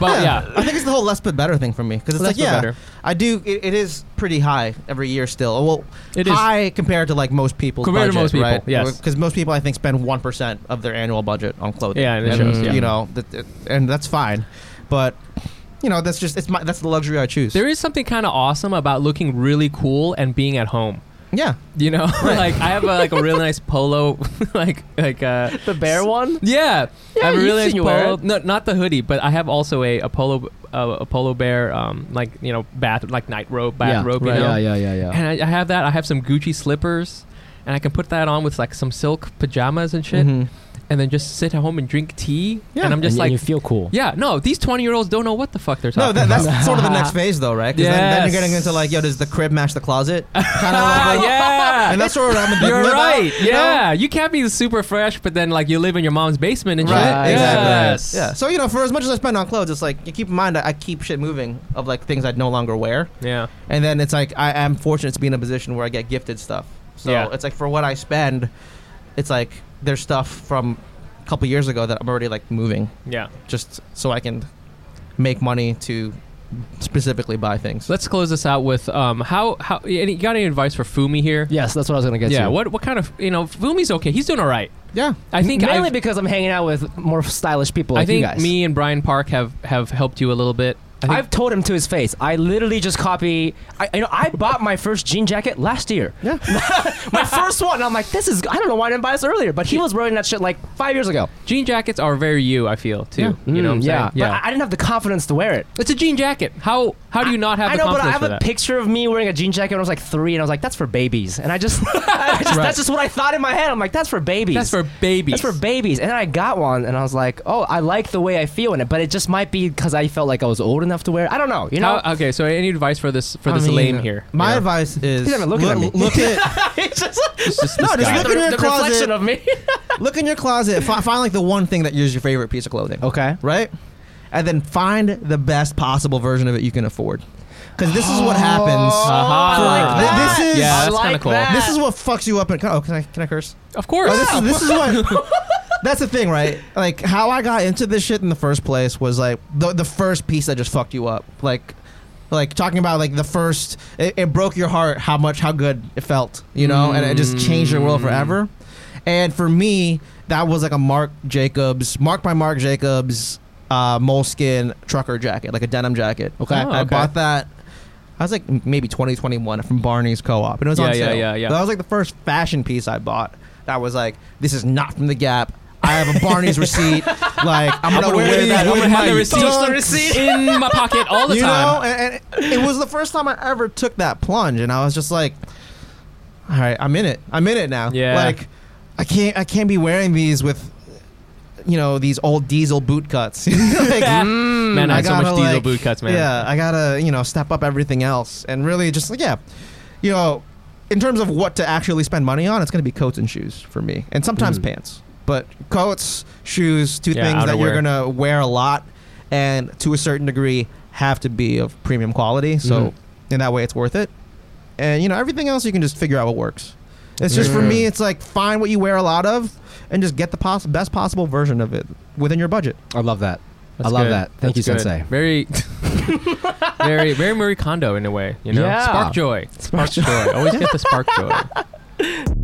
Speaker 3: but yeah,
Speaker 4: I think it's the whole less but better thing for me because it's
Speaker 3: Less
Speaker 4: like
Speaker 3: but
Speaker 4: yeah,
Speaker 3: better.
Speaker 4: I do. It, it is pretty high every year still. Oh, Well,
Speaker 3: It is.
Speaker 4: high compared to like most people's
Speaker 3: Compared to
Speaker 4: budget,
Speaker 3: most people,
Speaker 4: right?
Speaker 3: yes.
Speaker 4: because most people I think spend one percent of their annual budget on clothing.
Speaker 3: Yeah, and it shows, yeah.
Speaker 4: you know, that, that- and that's fine, but you know, that's just it's my that's the luxury I choose.
Speaker 3: there is something kind of awesome about looking really cool and being at home.
Speaker 4: yeah,
Speaker 3: You know, (laughs) like I have a, like a really nice polo, (laughs) like like uh,
Speaker 1: the bear one.
Speaker 3: Yeah, I have a
Speaker 1: you've
Speaker 3: really nice
Speaker 1: seen you wear
Speaker 3: polo.
Speaker 1: it.
Speaker 3: No, not the hoodie, but I have also a, a polo uh, a polo bear um like you know bath like night robe bath
Speaker 1: yeah,
Speaker 3: robe
Speaker 1: right,
Speaker 3: you know.
Speaker 1: yeah, yeah,
Speaker 4: Oh.
Speaker 1: yeah, yeah.
Speaker 3: And I, I have that. I have some Gucci slippers, and I can put that on with like some silk pajamas and shit,
Speaker 4: Mhm.
Speaker 3: and then just sit at home and drink tea.
Speaker 4: Yeah.
Speaker 3: and I'm
Speaker 1: And
Speaker 3: just
Speaker 1: you-
Speaker 3: like.
Speaker 1: and you feel cool.
Speaker 3: yeah, no, these 20 year olds don't know what the fuck they're talking
Speaker 4: No, that,
Speaker 3: about. (laughs)
Speaker 4: that's sort of the next phase though, right? 'Cause then, then
Speaker 3: Yes.
Speaker 4: you're getting into like, yo, does the crib match the
Speaker 3: (laughs)
Speaker 4: closet? Kind of
Speaker 3: Ah,
Speaker 4: level.
Speaker 3: yeah.
Speaker 4: (laughs) And that's where I'm a
Speaker 3: (laughs)
Speaker 4: big
Speaker 3: You're
Speaker 4: live out,
Speaker 3: right.
Speaker 4: you know?
Speaker 3: yeah. You can't be super fresh, but then, like, you live in your mom's basement and shit.
Speaker 4: Right, exactly.
Speaker 3: Yes.
Speaker 4: Yeah. So you know, for as much as I spend on clothes, it's like you keep in mind I, I keep shit moving of like things I'd no longer wear,
Speaker 3: Yeah.
Speaker 4: and then it's like I am fortunate to be in a position where I get gifted stuff. So
Speaker 3: Yeah.
Speaker 4: it's like for what I spend, it's like there's stuff from a couple years ago that I'm already like moving
Speaker 3: Yeah.
Speaker 4: just so I can make money to specifically buy things.
Speaker 3: Let's close this out with um how how any got any advice for Fumi here?
Speaker 1: Yes, that's what I was gonna get
Speaker 3: yeah.
Speaker 1: to.
Speaker 3: What what kind of you know Fumi's okay. He's doing all right.
Speaker 4: yeah.
Speaker 3: I think
Speaker 1: Mainly
Speaker 3: I've-
Speaker 1: because I'm hanging out with more stylish people. Like
Speaker 3: I think
Speaker 1: you guys.
Speaker 3: me and Brian Park have have helped you a little bit. I think
Speaker 1: I've told him to his face. I literally just copy. I you know I bought my first jean jacket last year.
Speaker 4: Yeah.
Speaker 1: (laughs) my first one. I'm like, this is. I don't know why I didn't buy this earlier, but he was wearing that shit like five years ago.
Speaker 3: jean jackets are very you. I feel too. You know what I'm
Speaker 1: Mm, yeah.
Speaker 3: saying? Yeah.
Speaker 1: But I, I didn't have the confidence to wear it.
Speaker 3: it's a jean jacket. How how do you not have
Speaker 1: I
Speaker 3: the
Speaker 1: know, but I
Speaker 3: confidence
Speaker 1: have
Speaker 3: for
Speaker 1: a
Speaker 3: that?
Speaker 1: picture of me wearing a jean jacket when I was like three, and I was like, that's for babies. And I just, (laughs) I just that's just what I thought in my head. I'm like, that's for babies.
Speaker 3: That's for babies.
Speaker 1: That's for babies. And then I got one, and I was like, oh, I like the way I feel in it, but it just might be because I felt like I was old enough to wear it. I don't know. You know?
Speaker 3: How- okay, so any advice for this for
Speaker 4: I
Speaker 3: this
Speaker 4: mean,
Speaker 3: lame here?
Speaker 4: My
Speaker 3: you know?
Speaker 4: advice is
Speaker 1: He's not even looking at me.
Speaker 4: look (laughs) at
Speaker 1: (laughs) It's just-
Speaker 3: It's just
Speaker 4: No,
Speaker 3: this
Speaker 4: just
Speaker 3: guy.
Speaker 4: look at your
Speaker 1: the
Speaker 4: closet.
Speaker 1: reflection of me.
Speaker 4: look in your closet. Fi- find like the one thing that is your favorite piece of clothing.
Speaker 1: (laughs)
Speaker 3: (laughs)
Speaker 1: okay.
Speaker 4: right? And then find the best possible version of it you can afford. Because this is what happens.
Speaker 3: Aha.
Speaker 4: for-
Speaker 1: like
Speaker 4: thi-
Speaker 1: that.
Speaker 4: This is
Speaker 3: Oh, yeah,
Speaker 1: I
Speaker 3: that's kind
Speaker 1: like
Speaker 3: of cool.
Speaker 1: that.
Speaker 4: this is what fucks you up. And oh, can I can I curse?
Speaker 3: Of course.
Speaker 4: Oh, this, is- this is what. (laughs) That's the thing, right? Like how I got into this shit in the first place was like the the first piece that just fucked you up. Like, like talking about like the first, it, it broke your heart how much how good it felt, you know, and it just changed your world forever. And for me, that was like a Mark Jacobs, Mark by Mark Jacobs, uh, moleskin trucker jacket, like a denim jacket.
Speaker 3: Okay. Oh,
Speaker 4: I
Speaker 3: okay.
Speaker 4: bought that. I was like m- maybe 2021 from Barney's Co-op, and it was
Speaker 3: Yeah,
Speaker 4: on
Speaker 3: yeah,
Speaker 4: sale.
Speaker 3: yeah, yeah.
Speaker 4: That was like the first fashion piece I bought. That was like, this is not from the Gap.
Speaker 3: (laughs)
Speaker 4: I have a Barney's receipt. Like I'm gonna,
Speaker 3: gonna
Speaker 4: wear,
Speaker 3: wear
Speaker 4: that
Speaker 3: these
Speaker 4: with
Speaker 3: with my
Speaker 4: my
Speaker 3: receipt.
Speaker 4: dunks.
Speaker 3: (laughs) in my pocket all the
Speaker 4: you
Speaker 3: time.
Speaker 4: know, and, and it was the first time I ever took that plunge, and I was just like, all right, I'm in it. I'm in it now.
Speaker 3: Yeah.
Speaker 4: Like, I can't. I can't be wearing these with. You know these old diesel boot
Speaker 3: (laughs)
Speaker 4: cuts. (laughs) Like,
Speaker 3: Mm.
Speaker 1: Mm,
Speaker 3: man, I,
Speaker 4: I
Speaker 3: had so
Speaker 4: gotta,
Speaker 3: much diesel
Speaker 4: like-
Speaker 3: boot cuts, man.
Speaker 4: Yeah, I gotta you know step up everything else and really just like yeah, you know, in terms of what to actually spend money on, it's going to be coats and shoes for me, and sometimes
Speaker 1: Mm.
Speaker 4: pants. But coats, shoes, two
Speaker 3: Hmm. Yeah,
Speaker 4: things that you're
Speaker 3: outerwear.
Speaker 4: going to wear a lot, and to a certain degree have to be of premium quality. So
Speaker 3: Mm-hmm.
Speaker 4: in that way, it's worth it. And you know everything else, you can just figure out what works. It's just for
Speaker 3: Yeah.
Speaker 4: me, it's like find what you wear a lot of, and just get the poss- best possible version of it within your budget.
Speaker 1: I love that.
Speaker 3: That's
Speaker 1: I love
Speaker 3: good.
Speaker 1: that. Thank
Speaker 3: That's
Speaker 1: you,
Speaker 3: good.
Speaker 1: Sensei.
Speaker 3: Very, (laughs) very, very Marie Kondo in a way. You know,
Speaker 1: Yeah.
Speaker 3: spark joy, spark joy. Always get
Speaker 1: (laughs)
Speaker 3: the spark joy.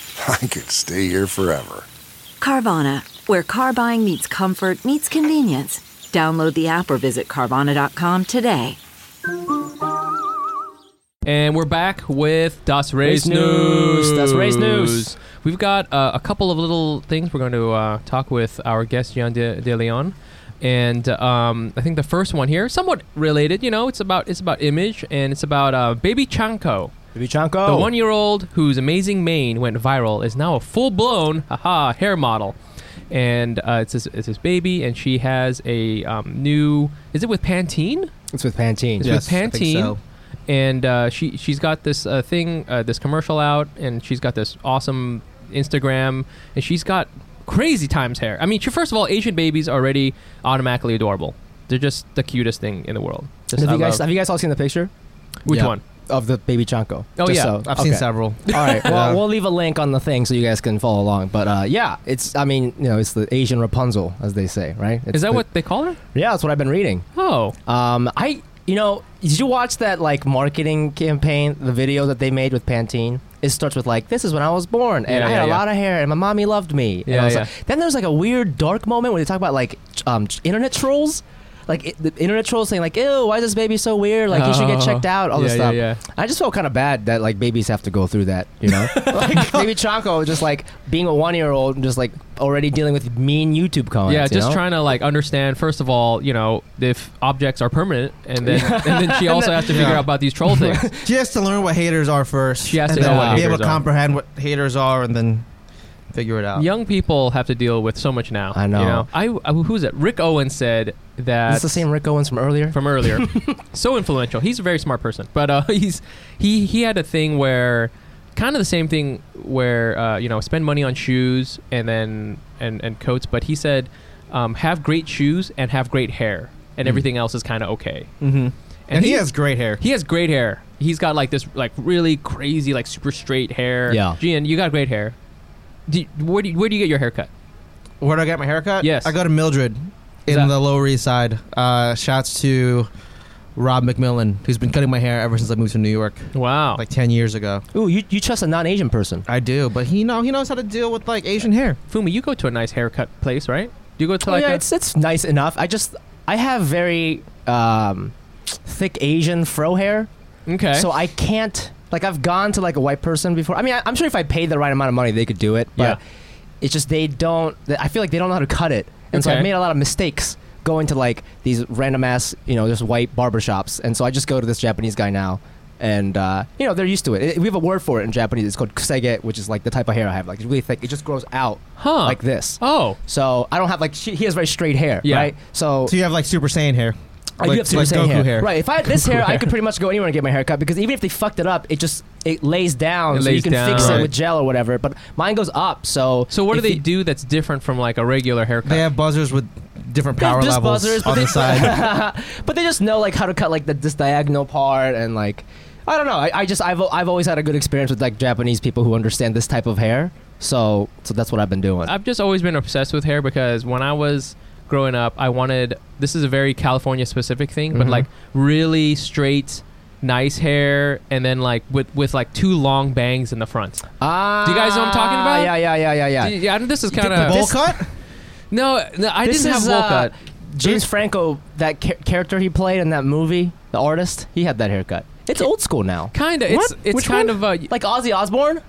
Speaker 5: I could stay here forever.
Speaker 6: Carvana, where car buying meets comfort, meets convenience. Download the app or visit Carvana.com today.
Speaker 3: And we're back with Das
Speaker 1: Race
Speaker 3: Race,
Speaker 1: News. Das Race News.
Speaker 3: We've got uh, a couple of little things we're going to uh, talk with our guest, Gian De, De Leon. And um, I think the first one here, somewhat related, you know, it's about it's about image and it's about uh, baby Chanko.
Speaker 1: Baby Chanko.
Speaker 3: The one year old whose amazing mane went viral is now a full blown haha hair model. And uh, it's, his, it's his baby, and she has a um, new. Is it with Pantene?
Speaker 1: It's with Pantene.
Speaker 3: It's
Speaker 4: Yes,
Speaker 3: with
Speaker 4: I think
Speaker 3: Pantene.
Speaker 4: so.
Speaker 3: And uh, she she's got this uh, thing, uh, this commercial out, and she's got this awesome Instagram, and she's got crazy times hair. I mean, she, first of all, Asian babies are already automatically adorable. They're just the cutest thing in the world. Just,
Speaker 1: Have
Speaker 3: I
Speaker 1: you guys
Speaker 3: love-
Speaker 1: have you guys all seen the picture
Speaker 3: which
Speaker 4: Yeah.
Speaker 3: one?
Speaker 1: of the baby Chanko?
Speaker 3: Oh,
Speaker 1: Just
Speaker 3: yeah.
Speaker 1: so-
Speaker 4: I've seen
Speaker 1: okay.
Speaker 4: several.
Speaker 1: (laughs) All right. Well,
Speaker 4: Yeah.
Speaker 1: we'll leave a link on the thing so you guys can follow along. But uh, yeah, it's I mean, you know, it's the Asian Rapunzel, as they say, right? It's
Speaker 3: Is that
Speaker 1: the-
Speaker 3: what they call her?
Speaker 1: Yeah, that's what I've been reading.
Speaker 3: Oh,
Speaker 1: Um, I, you know, did you watch that like marketing campaign, the video that they made with Pantene? It starts with like, "This is when I was born, and
Speaker 3: Yeah,
Speaker 1: I had
Speaker 3: yeah,
Speaker 1: a
Speaker 3: yeah.
Speaker 1: lot of hair, and my mommy loved me." And I
Speaker 3: Yeah,
Speaker 1: was
Speaker 3: yeah.
Speaker 1: like- then there's like a weird dark moment where they talk about like t- um, t- internet trolls. Like it, the internet trolls saying like, "Ew, why is this baby so weird? Like he should get
Speaker 3: Oh.
Speaker 1: checked out." All this
Speaker 3: Yeah, yeah,
Speaker 1: stuff.
Speaker 3: yeah. Oh
Speaker 1: I just felt kind of bad that like babies have to go through that, you
Speaker 3: (laughs)
Speaker 1: know. like maybe Chanko just like being a one year old and just like already dealing with mean YouTube comments.
Speaker 3: yeah,
Speaker 1: you
Speaker 3: just
Speaker 1: know?
Speaker 3: trying to like understand first of all, you know, if objects are permanent, and then and then she also has to figure
Speaker 4: Yeah.
Speaker 3: out about these troll things.
Speaker 4: Just to learn what haters are first.
Speaker 3: She has to
Speaker 4: and
Speaker 3: know
Speaker 4: then
Speaker 3: what
Speaker 4: be able
Speaker 3: haters
Speaker 4: to
Speaker 3: are.
Speaker 4: comprehend what haters are and then figure it out.
Speaker 3: Young people have to deal with so much now.
Speaker 1: I know.
Speaker 3: You know? I, I who's it? Rick Owens said that.
Speaker 1: It's the same Rick Owens from earlier.
Speaker 3: from earlier. so influential. He's a very smart person, but uh, (laughs) he's he he had a thing where kind of the same thing where uh, you know spend money on shoes and then and and coats, but he said um, have great shoes and have great hair, and everything else is kind of okay. Mm-hmm. And,
Speaker 4: And he has great hair.
Speaker 3: he has great hair. He's got like this like really crazy like super straight hair.
Speaker 1: Yeah.
Speaker 3: Gian, you got great hair. Do, where do you, where do you get your haircut?
Speaker 4: Where do I get my haircut?
Speaker 3: Yes.
Speaker 4: I go to Mildred
Speaker 3: Is
Speaker 4: in
Speaker 3: that-
Speaker 4: the Lower East Side. Uh, shouts to Rob McMillan, who's been cutting my hair ever since I moved to New York,
Speaker 3: Wow.
Speaker 4: like ten years ago.
Speaker 1: Ooh, you, you trust a non-Asian person?
Speaker 4: I do, but he know he knows how to deal with like Asian hair.
Speaker 3: Fumi, you go to a nice haircut place, right? Do you go to
Speaker 1: Oh,
Speaker 3: like
Speaker 1: yeah,
Speaker 3: a,
Speaker 1: it's it's nice enough. I just I have very um, thick Asian fro hair,
Speaker 3: okay?
Speaker 1: so I can't like I've gone to like a white person before. I mean, I, I'm sure if I paid the right amount of money, they could do it. But
Speaker 3: Yeah.
Speaker 1: it's just they don't. th- I feel like they don't know how to cut it, and so
Speaker 3: Okay.
Speaker 1: I've made a lot of mistakes going to like these random ass you know just white barbershops, and so I just go to this Japanese guy now. And uh, you know they're used to it. It- We have a word for it in Japanese. It's called kusege, which is like the type of hair I have. Like it's really thick. It just grows out
Speaker 3: huh?
Speaker 1: like this.
Speaker 3: Oh,
Speaker 1: So I don't have like she, he has very straight hair,
Speaker 3: Yeah.
Speaker 1: right? So,
Speaker 4: So you have like Super Saiyan hair.
Speaker 1: I
Speaker 3: Oh,
Speaker 1: do
Speaker 4: Like-
Speaker 1: have to
Speaker 4: like
Speaker 1: say
Speaker 4: Goku
Speaker 1: hair.
Speaker 4: hair.
Speaker 1: right? If I had this hair, I
Speaker 3: hair.
Speaker 1: could pretty much go anywhere and get my hair cut because even if they fucked it up, it just it lays down,
Speaker 3: It
Speaker 1: so
Speaker 3: lays
Speaker 1: you can fix it
Speaker 3: down. Right.
Speaker 1: with gel or whatever. But mine goes up, so
Speaker 3: So what do
Speaker 1: if
Speaker 3: they
Speaker 1: you-
Speaker 3: do that's different from like a regular haircut?
Speaker 4: They have buzzers with different
Speaker 1: They have
Speaker 4: power
Speaker 1: just
Speaker 4: levels
Speaker 1: buzzers, but
Speaker 3: (laughs)
Speaker 4: on
Speaker 1: they-
Speaker 4: the side.
Speaker 1: but they just know like how to cut like the, this diagonal part and like I don't know. I, I just I've I've always had a good experience with like Japanese people who understand this type of hair. So so that's what I've been doing.
Speaker 3: I've just always been obsessed with hair because when I was growing up, I wanted this is a very California specific thing, but
Speaker 1: Mhm.
Speaker 3: like really straight, nice hair, and then like with with like two long bangs in the front.
Speaker 1: Ah,
Speaker 3: Do you guys know what I'm talking about?
Speaker 1: Yeah, yeah, yeah, yeah, yeah.
Speaker 3: Yeah, I mean, this is
Speaker 4: Get
Speaker 3: kind
Speaker 4: the bowl
Speaker 3: of
Speaker 4: cut.
Speaker 3: no, no. I
Speaker 1: This
Speaker 3: didn't have
Speaker 1: is,
Speaker 3: bowl
Speaker 1: uh,
Speaker 3: cut.
Speaker 1: James Franco, that cha- character he played in that movie, the artist, he had that haircut. It's old school now.
Speaker 3: Kinda, it's
Speaker 1: What?
Speaker 3: it's
Speaker 1: Which
Speaker 3: kind
Speaker 1: one?
Speaker 3: of a
Speaker 1: Like Ozzy Osbourne?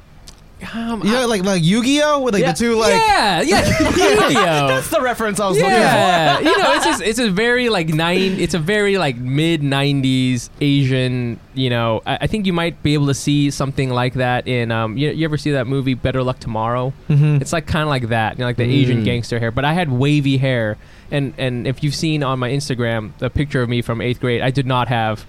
Speaker 3: um,
Speaker 4: You know, like like Yu-Gi-Oh with like
Speaker 1: Yeah.
Speaker 4: the two like.
Speaker 3: yeah, yeah, Yu-Gi-Oh!
Speaker 1: That's the reference I was
Speaker 3: yeah, (laughs) you know, it's just it's a very like nine. It's a very like mid '90s Asian. You know, I, I think you might be able to see something like that in um. You, you ever see that movie Better Luck Tomorrow?
Speaker 4: Mhm.
Speaker 3: It's like kind of like that, you know, like the Asian
Speaker 1: Mm-hmm. Mm.
Speaker 3: gangster hair. But I had wavy hair, and and if you've seen on my Instagram a picture of me from eighth grade, I did not have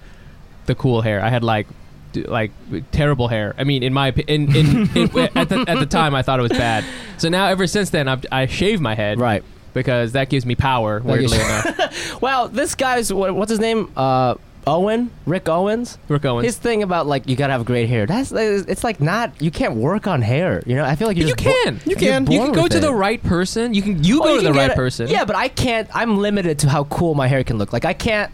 Speaker 3: the cool hair. I had like. d- Like terrible hair. I mean, in my opi- in, in, in (laughs) at, the, at the time, I thought it was bad. So now, ever since then, I've, I shave my head
Speaker 1: Right.
Speaker 3: because that gives me power.
Speaker 1: gives
Speaker 3: Weirdly
Speaker 1: you-
Speaker 3: enough,
Speaker 1: Well, this guy's, what, what's his name? Uh, Owen? Rick Owens?
Speaker 3: we're going.
Speaker 1: His thing about like you gotta have great hair. That's it's like not you can't work on hair. You know I feel like you're
Speaker 3: you
Speaker 1: just bo-
Speaker 3: can, you
Speaker 1: can.
Speaker 3: you
Speaker 1: born
Speaker 3: can go
Speaker 1: with
Speaker 3: to
Speaker 1: it.
Speaker 3: the right person. You can, you
Speaker 1: Oh,
Speaker 3: go
Speaker 1: you
Speaker 3: to the
Speaker 1: can get
Speaker 3: right
Speaker 1: a-
Speaker 3: person.
Speaker 1: Yeah, but I can't. I'm limited to how cool my hair can look. Like I can't.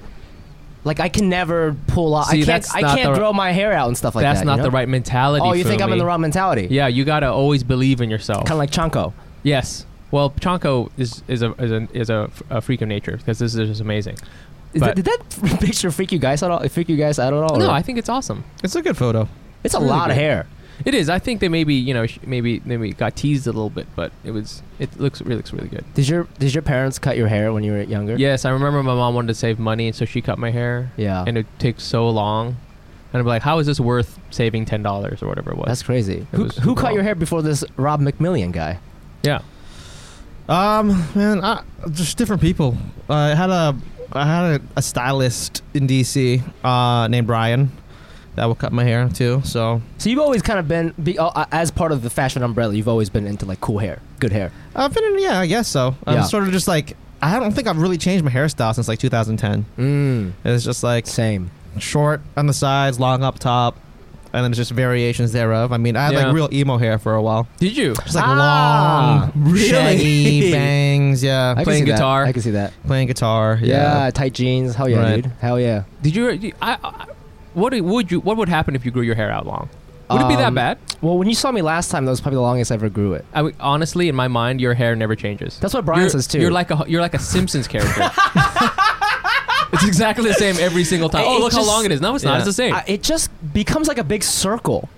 Speaker 1: Like I can never pull off.
Speaker 3: See,
Speaker 1: I can't.
Speaker 3: that's
Speaker 1: I
Speaker 3: not
Speaker 1: can't
Speaker 3: the-
Speaker 1: grow my hair out and stuff like
Speaker 3: that's
Speaker 1: that. you
Speaker 3: not
Speaker 1: know?
Speaker 3: the right mentality.
Speaker 1: Oh, you think
Speaker 3: for
Speaker 1: I'm in
Speaker 3: me.
Speaker 1: the wrong mentality?
Speaker 3: Yeah, you gotta always believe in yourself.
Speaker 1: Kind of like Chanko.
Speaker 3: Yes. Well, Chonko is is a is a, is a, f- a freak of nature because this is just amazing.
Speaker 1: Is that,
Speaker 3: But-
Speaker 1: did that (laughs) picture freak you guys out? All, freak you guys out at all?
Speaker 3: No,
Speaker 1: or-
Speaker 3: I think it's awesome.
Speaker 4: It's a good photo.
Speaker 1: it's a
Speaker 3: really
Speaker 1: lot of
Speaker 3: good.
Speaker 1: hair.
Speaker 3: It is. I think they maybe you know sh- maybe maybe got teased a little bit, but it was it looks really looks really good.
Speaker 1: Did your Did your parents cut your hair when you were younger?
Speaker 3: Yes, I remember my mom wanted to save money, and so she cut my hair.
Speaker 1: Yeah.
Speaker 3: and it takes so long. And I'm like, how is this worth saving ten dollars or whatever it was?
Speaker 1: That's crazy. Who,
Speaker 3: was
Speaker 1: who cut
Speaker 3: wrong.
Speaker 1: your hair before this Rob McMillian guy?
Speaker 3: yeah.
Speaker 4: Um, man, I, just different people. Uh, I had a I had a, a stylist in DC uh, named Brian that will cut my hair too. So
Speaker 1: So you've always kind of been be, oh, uh, as part of the fashion umbrella. You've always been into like cool hair, good hair.
Speaker 4: I've been, in, yeah, I guess so. I'm
Speaker 1: Yeah.
Speaker 4: sort of just like I don't think I've really changed my hairstyle since like 2010.
Speaker 1: Mm,
Speaker 4: It's just like
Speaker 1: same.
Speaker 4: short on the sides, long up top, and then it's just variations thereof. I mean, I had
Speaker 3: Yeah.
Speaker 4: like real emo hair for a while,
Speaker 3: Did you?
Speaker 4: just like
Speaker 1: Ah,
Speaker 4: long,
Speaker 1: really?
Speaker 4: shaggy bangs. Yeah,
Speaker 1: I can
Speaker 3: Playing
Speaker 1: see that.
Speaker 3: guitar.
Speaker 1: I can see that.
Speaker 4: playing guitar.
Speaker 1: Yeah, tight jeans. Hell yeah,
Speaker 4: Right.
Speaker 1: dude. Hell yeah.
Speaker 3: Did you? you- I, I, what do- would you? What would happen if you grew your hair out long? Would it be that
Speaker 1: Um,
Speaker 3: bad?
Speaker 1: Well, when you saw me last time, that was probably the longest I ever grew it.
Speaker 3: I would- honestly, in my mind, your hair never changes.
Speaker 1: That's what Brian
Speaker 3: you're,
Speaker 1: says, too.
Speaker 3: You're like a you're like a
Speaker 1: (laughs)
Speaker 3: Simpsons character. it's exactly the same every single time.
Speaker 1: It-
Speaker 3: oh,
Speaker 1: it
Speaker 3: look how
Speaker 1: just-
Speaker 3: long it is. No, it's not.
Speaker 4: Yeah.
Speaker 3: It's the same.
Speaker 1: I, it just becomes like a big circle.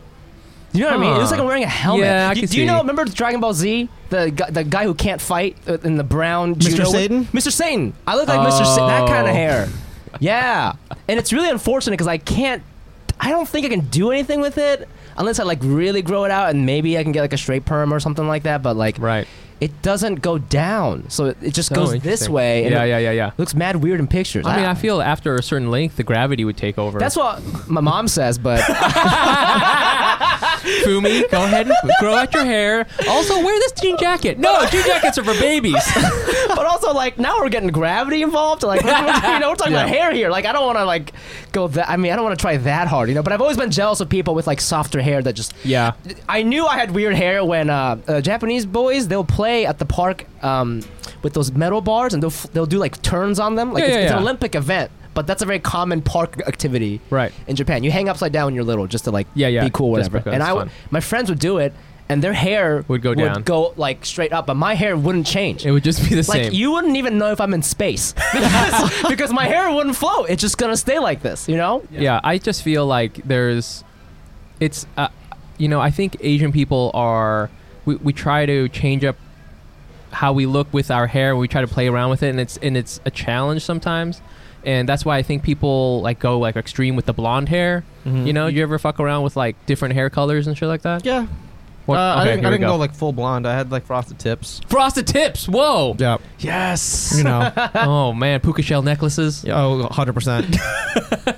Speaker 1: Do you know what I mean? It's
Speaker 3: Huh.
Speaker 1: like I'm wearing a helmet.
Speaker 3: Yeah, I
Speaker 1: do,
Speaker 3: can
Speaker 1: do you
Speaker 3: see.
Speaker 1: know? Remember Dragon Ball Z? The guy, the guy who can't fight uh, in the brown.
Speaker 4: Mr.
Speaker 1: judo-
Speaker 4: Satan?
Speaker 1: Mr. Satan. I look like Mr. Sa- that kind
Speaker 3: Oh.
Speaker 1: of hair. Yeah, and it's really unfortunate because I can't. I don't think I can do anything with it unless I like really grow it out and maybe I can get like a straight perm or something like that. But like,
Speaker 3: right.
Speaker 1: it doesn't go down, so it, it just
Speaker 3: So
Speaker 1: goes this
Speaker 3: interesting.
Speaker 1: way. And
Speaker 3: Yeah,
Speaker 1: it
Speaker 3: yeah, yeah, yeah.
Speaker 1: Looks mad weird in pictures. Ah,
Speaker 3: I mean, I feel after a certain length, the gravity would take over.
Speaker 1: that's what my mom says,
Speaker 3: (laughs)
Speaker 1: but
Speaker 3: Fumi, go ahead and grow out your hair. Also, wear this jean jacket. (laughs) No, jean jackets are for babies.
Speaker 1: but also like now we're getting gravity involved. Like we're, we're- you know, we're talking about hair here. Like I don't want to like go that. I mean, I don't want to try that hard, you know. But I've always been jealous of people with like softer hair that just.
Speaker 3: Yeah.
Speaker 1: I knew I had weird hair when uh, uh, Japanese boys they'll play at the park um, with those metal bars and they'll f- they'll do like turns on them. Like
Speaker 3: Yeah,
Speaker 1: it's,
Speaker 3: yeah,
Speaker 1: it's an
Speaker 3: yeah.
Speaker 1: Olympic event, but that's a very common park activity
Speaker 3: Right.
Speaker 1: in Japan. You hang upside down when you're little just to like
Speaker 3: Yeah, yeah,
Speaker 1: be cool,
Speaker 3: just
Speaker 1: whatever.
Speaker 3: because
Speaker 1: And
Speaker 3: it's
Speaker 1: I, w-
Speaker 3: fun.
Speaker 1: my friends would do it, and their hair
Speaker 3: Would go down.
Speaker 1: go like straight up, but my hair wouldn't change.
Speaker 3: It would just be the
Speaker 1: Like
Speaker 3: same.
Speaker 1: you wouldn't even know if I'm in space (laughs) because, because my hair wouldn't float. It's just gonna stay like this, you know.
Speaker 3: yeah. I just feel like there's, it's, uh, you know, I think Asian people are, we, we try to change up how we look with our hair. We try to play around with it, and it's and it's a challenge sometimes. And that's why I think people like go like extreme with the blonde hair. You know, you ever fuck around with like different hair colors and shit like that?
Speaker 4: yeah.
Speaker 3: What-
Speaker 4: Uh, I
Speaker 3: okay,
Speaker 4: didn't,
Speaker 3: here
Speaker 4: I
Speaker 3: we
Speaker 4: didn't
Speaker 3: go.
Speaker 4: go like full blonde. I had like frosted tips.
Speaker 3: frosted tips. Whoa.
Speaker 4: Yeah.
Speaker 3: Yes.
Speaker 4: You (laughs) know.
Speaker 3: (laughs) oh man, puka shell necklaces.
Speaker 4: Yeah, Oh, 100%.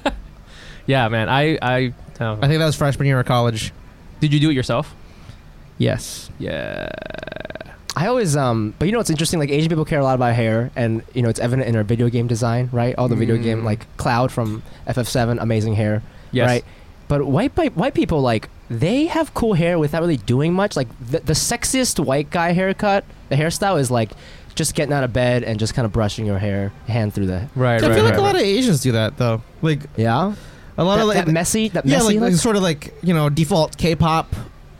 Speaker 3: Yeah, man. I I.
Speaker 4: I think that was freshman year of college.
Speaker 3: did you do it yourself?
Speaker 4: Yes.
Speaker 3: Yeah.
Speaker 1: I always um, but you know what's interesting? Like Asian people care a lot about hair, and you know it's evident in our Mm. video game design, right? All the video game like Cloud from FF7, amazing hair,
Speaker 3: Yes.
Speaker 1: right? But white pe- white people like they have cool hair without really doing much. Like the, the sexiest white guy haircut, the hairstyle is like just getting out of bed and just kind of brushing your hair hand through the
Speaker 3: Right,
Speaker 4: I
Speaker 3: right,
Speaker 4: feel like
Speaker 3: right,
Speaker 4: a lot
Speaker 3: right.
Speaker 4: of Asians do that though. Like
Speaker 1: yeah.
Speaker 4: a lot
Speaker 1: That,
Speaker 4: of Oh, like
Speaker 1: that messy, that
Speaker 4: yeah,
Speaker 1: messy
Speaker 4: like, like
Speaker 1: look.
Speaker 4: sort of like you know default K-pop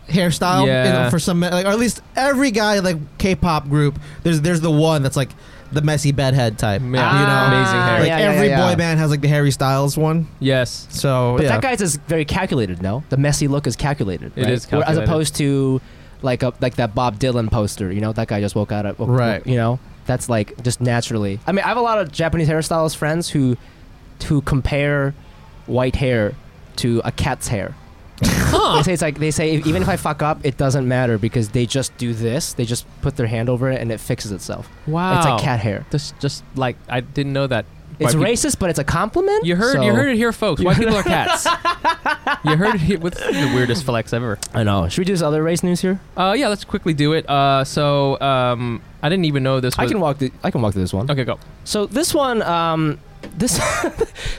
Speaker 4: hairstyle. you know,
Speaker 3: Yeah.
Speaker 4: for some, men, like or at least every guy like K-pop group, there's there's the one that's like the messy bedhead type.
Speaker 3: Yeah,
Speaker 1: Ah,
Speaker 3: amazing hair.
Speaker 4: Like
Speaker 1: yeah, yeah,
Speaker 4: every
Speaker 1: yeah.
Speaker 4: boy band has like the Harry Styles one.
Speaker 3: yes.
Speaker 4: So
Speaker 1: But
Speaker 4: yeah.
Speaker 1: that guy's is very calculated. No, the messy look is calculated.
Speaker 3: It
Speaker 1: right?
Speaker 3: is
Speaker 1: Where-
Speaker 3: calculated.
Speaker 1: as opposed to like a like that Bob Dylan poster. You know, that guy just woke out of woke-
Speaker 4: Right.
Speaker 1: You know, that's like just naturally. I mean, I have a lot of Japanese hairstylist friends who who compare white hair to a cat's hair. They say it's like they say even if I fuck up, it doesn't matter because they just do this. They just put their hand over it and it fixes itself.
Speaker 3: Wow.
Speaker 1: It's like cat hair.
Speaker 3: Just, just like I didn't know that.
Speaker 1: It's
Speaker 3: White peop-
Speaker 1: racist, but it's a compliment.
Speaker 3: You heard, you
Speaker 1: so-
Speaker 3: heard it here, folks. White
Speaker 1: (laughs)
Speaker 3: people are cats. you heard it here with the weirdest flex ever.
Speaker 1: I know. Should we do this other race news here?
Speaker 3: Uh, yeah, let's quickly do it. Uh, so um, I didn't even know this.
Speaker 1: I
Speaker 3: Was,
Speaker 1: can walk. Th- I can walk through this one.
Speaker 3: (laughs) Okay, go.
Speaker 1: So this one, um, this (laughs)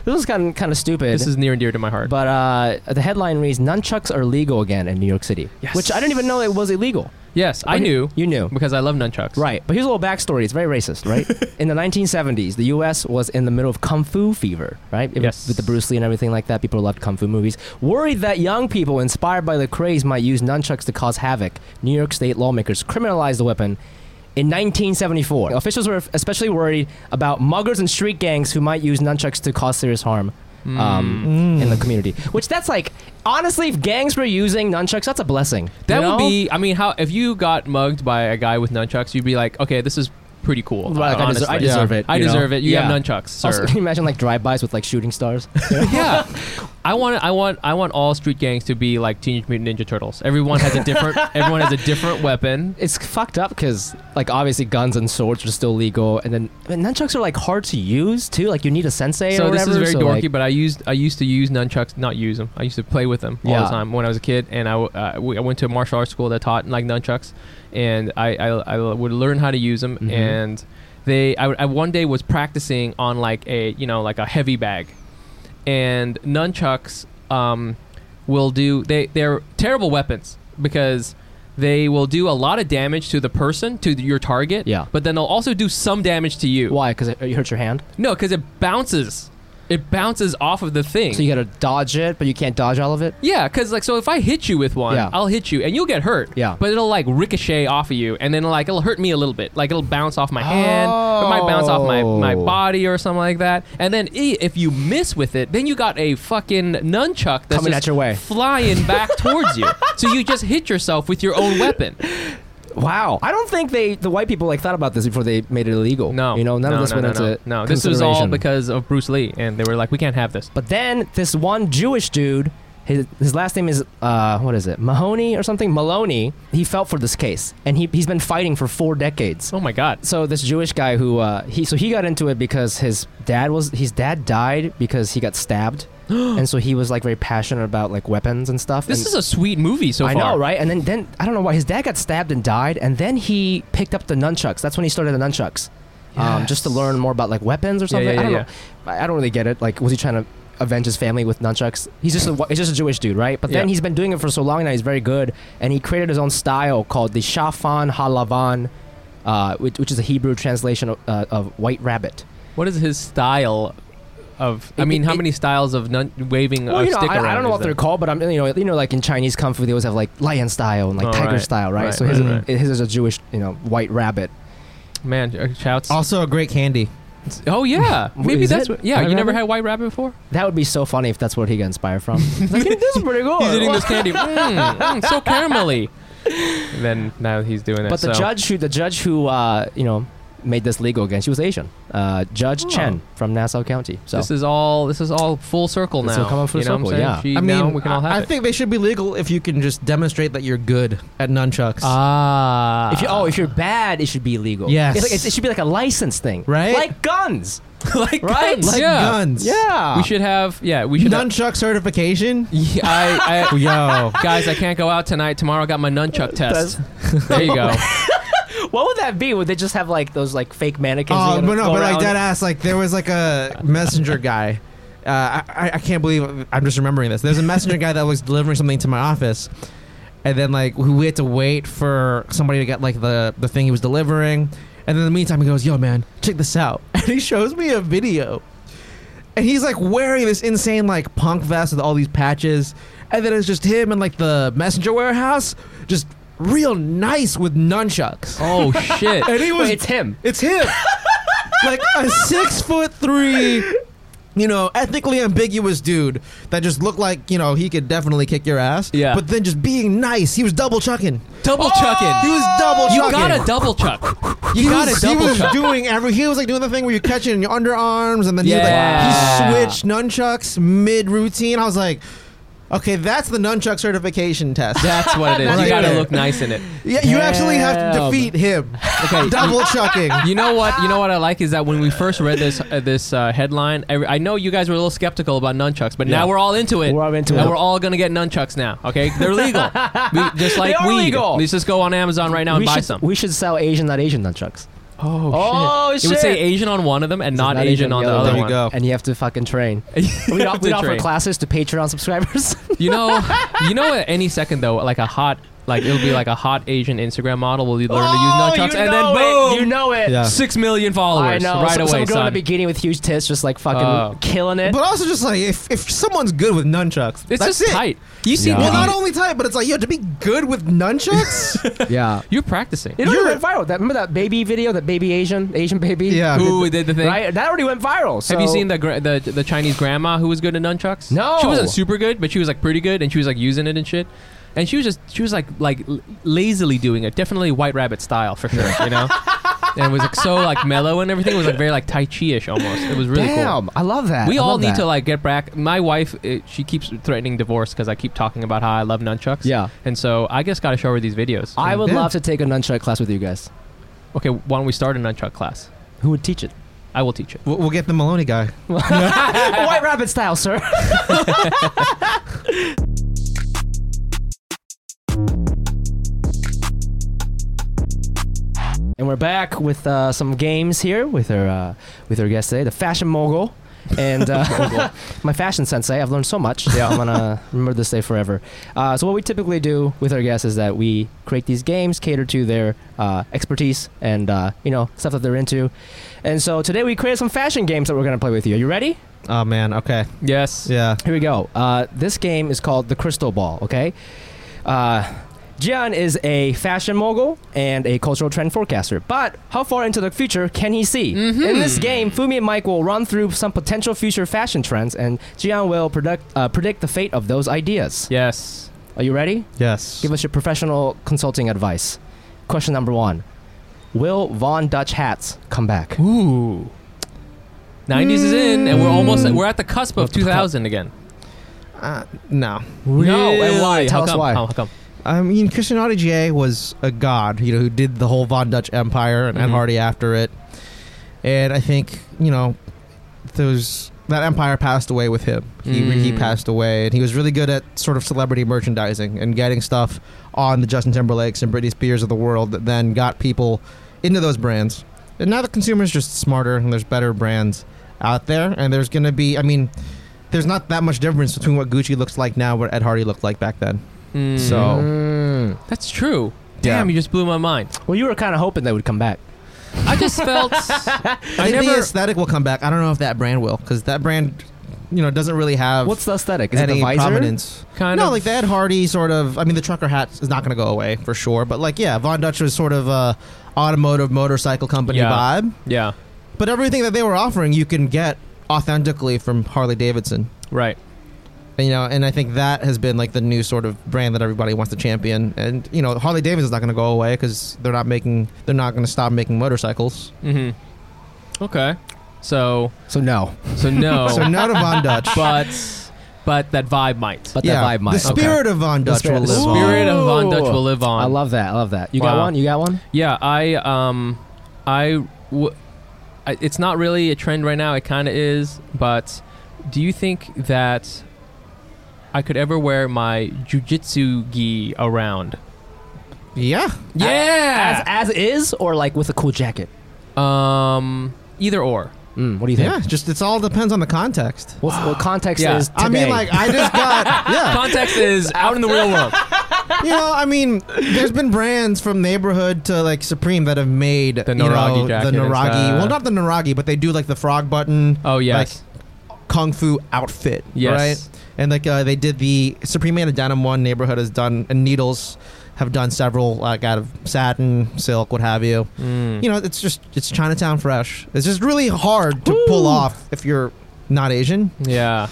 Speaker 1: this was kind of, kind of stupid.
Speaker 3: This is near and dear to my heart.
Speaker 1: but uh, the headline reads "Nunchucks are legal again in New York City,"
Speaker 3: Yes.
Speaker 1: which I didn't even know it was illegal.
Speaker 3: yes, I
Speaker 1: But
Speaker 3: knew
Speaker 1: you knew,
Speaker 3: because I love nunchucks.
Speaker 1: right? But here's a little backstory. It's very racist, right?
Speaker 3: (laughs)
Speaker 1: in the 1970s, the U.S. was in the middle of kung fu fever, right? It was
Speaker 3: Yes.
Speaker 1: with the Bruce Lee and everything like that, people loved kung fu movies. Worried that young people inspired by the craze might use nunchucks to cause havoc, New York State lawmakers criminalized the weapon in 1974. Officials were especially worried about muggers and street gangs who might use nunchucks to cause serious harm.
Speaker 3: Hmm.
Speaker 1: Um, in the community, which that's like honestly, if gangs were using nunchucks, that's a blessing.
Speaker 3: That
Speaker 1: you know?
Speaker 3: would be. I mean, how if you got mugged by a guy with nunchucks, you'd be like, okay, this is pretty cool.
Speaker 1: Like, I, deserve, I
Speaker 3: honestly.
Speaker 1: deserve it.
Speaker 3: I
Speaker 1: you know?
Speaker 3: deserve it. You
Speaker 1: Yeah.
Speaker 3: have nunchucks,
Speaker 1: (laughs)
Speaker 3: sir.
Speaker 1: Also, can you imagine like drive-bys with like shooting
Speaker 3: (laughs)
Speaker 1: stars?
Speaker 3: yeah, I want. I want. I want all street gangs to be like Teenage Mutant Ninja Turtles. Everyone has a different. everyone has a different weapon.
Speaker 1: it's fucked up because like obviously guns and swords are still legal, and then and nunchucks are like hard to use too. Like you need a sensei.
Speaker 3: So
Speaker 1: or
Speaker 3: this is
Speaker 1: whatever,
Speaker 3: very
Speaker 1: so,
Speaker 3: dorky,
Speaker 1: like-
Speaker 3: but I used I used to use nunchucks, not use them. I used to play with them all
Speaker 1: Yeah.
Speaker 3: the time when I was a kid, and I, w- uh, we- I went to a martial arts school that taught like nunchucks, and I I, I would learn how to use them,
Speaker 1: Mhm.
Speaker 3: and they I, would- I one day was practicing on like a you know like a heavy bag, and nunchucks um will do they they're terrible weapons because. They will do a lot of damage to the person, to your target.
Speaker 1: Yeah.
Speaker 3: But then they'll also do some damage to you.
Speaker 1: why? Because it, it hurts your hand,
Speaker 3: No, because it bounces. It bounces off of the thing.
Speaker 1: so you gotta dodge it, but you can't dodge all of it.
Speaker 3: yeah, because like so, if I hit you with one,
Speaker 1: Yeah.
Speaker 3: I'll hit you and you'll get hurt.
Speaker 1: Yeah.
Speaker 3: but it'll like ricochet off of you, and then like it'll hurt me a little bit. Like it'll bounce off my hand, it might bounce off my my
Speaker 1: Oh.
Speaker 3: body or something like that. And then i- if you miss with it, then you got a fucking nunchuck that's
Speaker 1: Coming
Speaker 3: just
Speaker 1: at your way.
Speaker 3: flying
Speaker 1: (laughs)
Speaker 3: back towards you. So you just hit yourself with your own weapon.
Speaker 1: Wow, I don't think they the white people like thought about this before they made it illegal.
Speaker 3: No,
Speaker 1: you know, none
Speaker 3: no,
Speaker 1: of this
Speaker 3: no,
Speaker 1: went
Speaker 3: no,
Speaker 1: into
Speaker 3: no. no. This was all
Speaker 1: consideration.
Speaker 3: because of Bruce Lee, and they were like, we can't have this.
Speaker 1: But then this one Jewish dude, his, his last name is, uh, what is it, Mahoney or something? Maloney, he felt for this case. And he, he's been fighting for four decades.
Speaker 3: Oh my god.
Speaker 1: So this Jewish guy who, uh, he, so he got into it because his dad was, his dad died because he got
Speaker 3: (gasps)
Speaker 1: stabbed. and so he was like very passionate about like weapons and stuff.
Speaker 3: This
Speaker 1: and,
Speaker 3: is a sweet movie so
Speaker 1: I
Speaker 3: far.
Speaker 1: know, right? And then, then I don't know why his dad got stabbed and died, and then he picked up the nunchucks. That's when he started the nunchucks, um, just to
Speaker 3: Yes.
Speaker 1: learn more about like weapons or
Speaker 3: Yeah,
Speaker 1: something.
Speaker 3: yeah,
Speaker 1: I don't
Speaker 3: yeah,
Speaker 1: know. I I don't really get it. Like, was he trying to avenge his family with nunchucks? He's just a, wh- he's just a Jewish dude, right? But then
Speaker 3: Yeah.
Speaker 1: he's been doing it for so long now. He's very good, and he created his own style called the Shafan Halavan, uh, which, which is a Hebrew translation of, uh, of white rabbit.
Speaker 3: What is his style of? I
Speaker 1: It-
Speaker 3: mean,
Speaker 1: it-
Speaker 3: how many styles of nun- waving
Speaker 1: Well,
Speaker 3: a
Speaker 1: you know,
Speaker 3: stick
Speaker 1: I,
Speaker 3: around?
Speaker 1: I don't know
Speaker 3: is
Speaker 1: what they're
Speaker 3: there?
Speaker 1: called, but I'm you know you know like in Chinese kung fu they always have like lion style and like
Speaker 3: Oh,
Speaker 1: tiger
Speaker 3: right.
Speaker 1: style, right?
Speaker 3: Right,
Speaker 1: so his,
Speaker 3: right,
Speaker 1: his is a Jewish you know white rabbit.
Speaker 3: Man, uh, shouts!
Speaker 4: also a great candy.
Speaker 3: Oh
Speaker 1: (laughs)
Speaker 3: yeah,
Speaker 1: Wh-
Speaker 3: maybe
Speaker 1: is
Speaker 3: that's
Speaker 1: it?
Speaker 3: what, yeah.
Speaker 1: White
Speaker 3: you never
Speaker 1: rabbit?
Speaker 3: had white rabbit before?
Speaker 1: That would be so funny if that's what he got inspired from. He's like, (laughs)
Speaker 3: (laughs)
Speaker 1: this is pretty cool.
Speaker 3: He's eating
Speaker 1: (laughs)
Speaker 3: this candy. Mm, mm, so caramelly. And then now he's doing it.
Speaker 1: but the
Speaker 3: so-
Speaker 1: judge who the judge who uh, you know made this legal again, she was Asian. Uh, judge Chen from Nassau County. So
Speaker 3: Oh. This is all. This is all full circle
Speaker 1: This
Speaker 3: now.
Speaker 1: will come up full
Speaker 3: you know
Speaker 1: circle,
Speaker 3: What I'm saying?
Speaker 1: yeah.
Speaker 3: She-
Speaker 4: I mean,
Speaker 3: now we can all have
Speaker 4: I, I
Speaker 3: it.
Speaker 4: think they should be legal if you can just demonstrate that you're good at nunchucks.
Speaker 3: Ah.
Speaker 1: if you oh if you're bad, it should be illegal.
Speaker 4: Yes.
Speaker 1: It's like, it's, it should be like a license thing,
Speaker 4: Right?
Speaker 1: Like guns.
Speaker 3: (laughs) like
Speaker 1: right?
Speaker 3: guns,
Speaker 4: like
Speaker 3: yeah.
Speaker 4: guns.
Speaker 1: Yeah.
Speaker 3: We should have. Yeah. We should. have- (laughs)
Speaker 4: Nunchuck certification.
Speaker 3: Yeah, I, I,
Speaker 4: Yo.
Speaker 3: guys, I can't go out tonight. Tomorrow, I got my nunchuck test.
Speaker 1: (laughs)
Speaker 3: there you go.
Speaker 1: What would that be? Would they just have like those like fake mannequins?
Speaker 4: Oh,
Speaker 1: that
Speaker 4: but no,
Speaker 1: go
Speaker 4: but like
Speaker 1: around?
Speaker 4: dead ass, like there was like a messenger guy, Uh, I, I- I can't believe I'm just remembering this. There's a messenger guy that was delivering something to my office, and then like we had to wait for somebody to get like the the thing he was delivering. And in the meantime, he goes, "Yo, man, check this out!" (laughs) And he shows me a video, and he's like wearing this insane like punk vest with all these patches, and then it's just him and like the messenger warehouse, just real nice with nunchucks.
Speaker 3: Oh shit!
Speaker 4: And he was
Speaker 1: it's him.
Speaker 3: (laughs)
Speaker 4: it's him. like a six foot three, you know, ethnically ambiguous dude that just looked like, you know, he could definitely kick your ass.
Speaker 3: Yeah.
Speaker 4: But then just being nice. He was double chucking.
Speaker 3: double
Speaker 1: Oh,
Speaker 3: chucking.
Speaker 4: He was double
Speaker 3: Oh, You
Speaker 4: chucking.
Speaker 3: gotta
Speaker 1: (laughs)
Speaker 3: double chuck. You
Speaker 4: he
Speaker 3: gotta
Speaker 4: was,
Speaker 3: double
Speaker 4: he was
Speaker 3: chuck.
Speaker 4: doing every he was like doing the thing where you catch it in your underarms and then
Speaker 3: Yeah.
Speaker 4: he like he switched nunchucks mid routine. I was like, okay, that's the nunchuck certification test.
Speaker 3: That's
Speaker 1: (laughs)
Speaker 3: what it is.
Speaker 4: Right
Speaker 3: You gotta
Speaker 4: there.
Speaker 3: look nice in it.
Speaker 4: yeah, you actually have to
Speaker 3: Damn.
Speaker 4: defeat him.
Speaker 3: Okay.
Speaker 4: Double chucking.
Speaker 3: You know what? You know what I like is that when we first read this uh, this uh, headline, every, I know you guys were a little skeptical about nunchucks, but now we're all into it.
Speaker 1: We're all into
Speaker 3: and
Speaker 1: it.
Speaker 3: we're all gonna get nunchucks now. Okay,
Speaker 1: (laughs)
Speaker 3: they're legal. we, just like
Speaker 1: They are
Speaker 3: weed.
Speaker 1: legal.
Speaker 3: Let's just go on Amazon right now and
Speaker 1: we
Speaker 3: buy
Speaker 1: should,
Speaker 3: some.
Speaker 1: We should sell Asian, not Asian nunchucks.
Speaker 3: oh,
Speaker 1: Oh,
Speaker 3: It would
Speaker 1: shit.
Speaker 3: say Asian on one of them and not,
Speaker 1: not
Speaker 3: Asian on the
Speaker 1: yeah.
Speaker 3: other
Speaker 4: There you
Speaker 3: one. (laughs)
Speaker 4: go.
Speaker 1: And you have to fucking train.
Speaker 3: You
Speaker 1: We'd,
Speaker 3: have
Speaker 1: off-
Speaker 3: to
Speaker 1: we'd offer
Speaker 3: train.
Speaker 1: classes to Patreon subscribers.
Speaker 3: You know, you know, at any second though, like a hot, like it'll be like a hot Asian Instagram model will learn
Speaker 1: (laughs)
Speaker 3: to use nunchucks, and then boom,
Speaker 1: You Oh, know it.
Speaker 4: Yeah.
Speaker 3: six million
Speaker 1: I
Speaker 3: followers
Speaker 1: know.
Speaker 3: right
Speaker 1: Some-
Speaker 3: away,
Speaker 1: Some girl in
Speaker 3: son.
Speaker 1: the beginning with huge tits, just like fucking
Speaker 3: Oh.
Speaker 1: killing it.
Speaker 4: But also just like if, if someone's good with nunchucks,
Speaker 3: it's
Speaker 4: that's
Speaker 3: just
Speaker 4: it.
Speaker 3: tight. You see,
Speaker 1: Yeah.
Speaker 4: Well, not
Speaker 3: you-
Speaker 4: only tight, but it's like yo to be good with
Speaker 1: (laughs)
Speaker 4: nunchucks.
Speaker 1: yeah.
Speaker 3: you're practicing.
Speaker 1: It already
Speaker 4: You're-
Speaker 1: went viral. That remember that baby video, that baby Asian, Asian baby.
Speaker 4: Yeah.
Speaker 3: Who did the thing?
Speaker 1: Right. That already went viral. So
Speaker 3: Have you seen the, gra- the the Chinese grandma who was good at nunchucks?
Speaker 1: No.
Speaker 3: she wasn't super good, but she was like pretty good, and she was like using it and shit. And she was just she was like like l- lazily doing it, definitely White Rabbit style for sure, you
Speaker 1: (laughs)
Speaker 3: know. and it was like so like mellow and everything. It was like very like Tai Chi ish almost. It was really cool.
Speaker 1: Damn, I love that.
Speaker 3: We
Speaker 1: I
Speaker 3: all
Speaker 1: love
Speaker 3: need
Speaker 1: that.
Speaker 3: to like get back. My wife, it, she keeps threatening divorce because I keep talking about how I love nunchucks.
Speaker 1: Yeah.
Speaker 3: and so I just got to show her these videos.
Speaker 1: I would
Speaker 4: Yeah.
Speaker 1: love to take a nunchuck class with you guys.
Speaker 3: okay, why don't we start a nunchuck class?
Speaker 1: Who would teach it?
Speaker 3: I will teach it.
Speaker 4: we'll, we'll get the Maloney guy.
Speaker 1: White (laughs) rabbit style, sir. and we're back with uh, some games here with our uh, with our guest today, the fashion mogul. and uh, (laughs) my fashion sensei, I've learned so much. Yeah, I'm gonna remember this day forever. Uh, so what we typically do with our guests is that we create these games, cater to their uh, expertise and uh, you know stuff that they're into. And so today we created some fashion games that we're gonna play with you. Are you ready?
Speaker 4: Oh man, okay,
Speaker 3: Yes.
Speaker 4: yeah.
Speaker 1: Here we go. Uh, this game is called the Crystal Ball. Okay. Uh, Jian is a fashion mogul and a cultural trend forecaster, but how far into the future can he see? In this game, Fumi and Mike will run through some potential future fashion trends, and Jian will predict uh, predict the fate of those ideas.
Speaker 3: Yes.
Speaker 1: Are you ready?
Speaker 4: Yes.
Speaker 1: Give us your professional consulting advice. Question number one: Will Von Dutch hats come back?
Speaker 3: Ooh. 90s is in, and we're almost we're at the cusp of 2000 again.
Speaker 4: uh, no.
Speaker 3: No, and why?
Speaker 1: Tell
Speaker 3: how
Speaker 1: us
Speaker 3: come?
Speaker 1: why.
Speaker 3: How come?
Speaker 4: I mean, Christian Audigier was a god, you know, who did the whole Von Dutch Empire and Ed
Speaker 3: Mhm.
Speaker 4: Hardy after it. And I think, you know, those that empire passed away with him. He, he
Speaker 3: Mm.
Speaker 4: passed away, and he was really good at sort of celebrity merchandising and getting stuff on the Justin Timberlakes and Britney Spears of the world that then got people into those brands. And now the consumer's just smarter, and there's better brands out there, and there's going to be, I mean, there's not that much difference between what Gucci looks like now, and what Ed Hardy looked like back then.
Speaker 3: Mm.
Speaker 4: So.
Speaker 1: Mm.
Speaker 3: Hmm. that's true. Damn,
Speaker 4: Yeah.
Speaker 3: you just blew my mind.
Speaker 1: Well, you were kind of hoping they would come back.
Speaker 3: I just felt
Speaker 4: I
Speaker 3: I
Speaker 4: think the
Speaker 3: never.
Speaker 4: aesthetic will come back. I don't know if that brand will, because that brand, you know, doesn't really have
Speaker 1: What's the aesthetic? Is it
Speaker 4: any
Speaker 1: the visor?
Speaker 4: prominence.
Speaker 3: Kind
Speaker 4: no,
Speaker 3: of-
Speaker 4: like the Ed Hardy sort of. I mean, the trucker hat is not going to go away for sure. But like, yeah, Von Dutch was sort of a automotive motorcycle company
Speaker 3: Yeah.
Speaker 4: vibe.
Speaker 3: Yeah,
Speaker 4: But everything that they were offering, you can get authentically from Harley Davidson.
Speaker 3: right.
Speaker 4: And, you know, and I think that has been like the new sort of brand that everybody wants to champion. And you know, Harley Davidson's not going to go away because they're not making, they're not going to stop making motorcycles.
Speaker 3: hmm Okay, so
Speaker 1: So no.
Speaker 3: so no,
Speaker 1: Oh.
Speaker 4: So not a
Speaker 1: (laughs)
Speaker 4: Von Dutch. (laughs)
Speaker 3: but but that vibe might.
Speaker 1: But that vibe might.
Speaker 4: The spirit of Von Dutch
Speaker 1: spirit-
Speaker 4: will
Speaker 3: the
Speaker 4: live
Speaker 1: Ooh.
Speaker 3: spirit of Von Dutch
Speaker 1: Ooh.
Speaker 3: will live on.
Speaker 1: I love that. I love that. You got
Speaker 3: Wow.
Speaker 1: one? You got one?
Speaker 3: Yeah, I um, I, w- I it's not really a trend right now. It kind of is, but do you think that I could ever wear my jujitsu gi around?
Speaker 4: on. Yeah.
Speaker 3: Yeah.
Speaker 1: As as is or like with a cool jacket?
Speaker 3: um, either or.
Speaker 1: Mm, what do you think?
Speaker 4: Yeah, just it's all depends on the context.
Speaker 1: What's, what context
Speaker 3: Yeah.
Speaker 1: is today?
Speaker 4: I mean, like I just got yeah.
Speaker 3: Context is out in the real world.
Speaker 4: You know, I mean, there's been brands from neighborhood to like Supreme that have made the
Speaker 3: Noragi
Speaker 4: you know,
Speaker 3: jacket
Speaker 4: the
Speaker 3: and
Speaker 4: Noragi.
Speaker 3: stuff.
Speaker 4: Well, not the Noragi, but they do like the frog button.
Speaker 3: Oh yes.
Speaker 4: like, kung fu outfit.
Speaker 3: Yes.
Speaker 4: right. And like uh, they did the Supreme made a denim one. Neighborhood has done and Needles have done several like out of satin, silk, what have you.
Speaker 3: Mm.
Speaker 4: You know, it's just it's Chinatown fresh. It's just really hard to pull off if you're not Asian,
Speaker 3: yeah.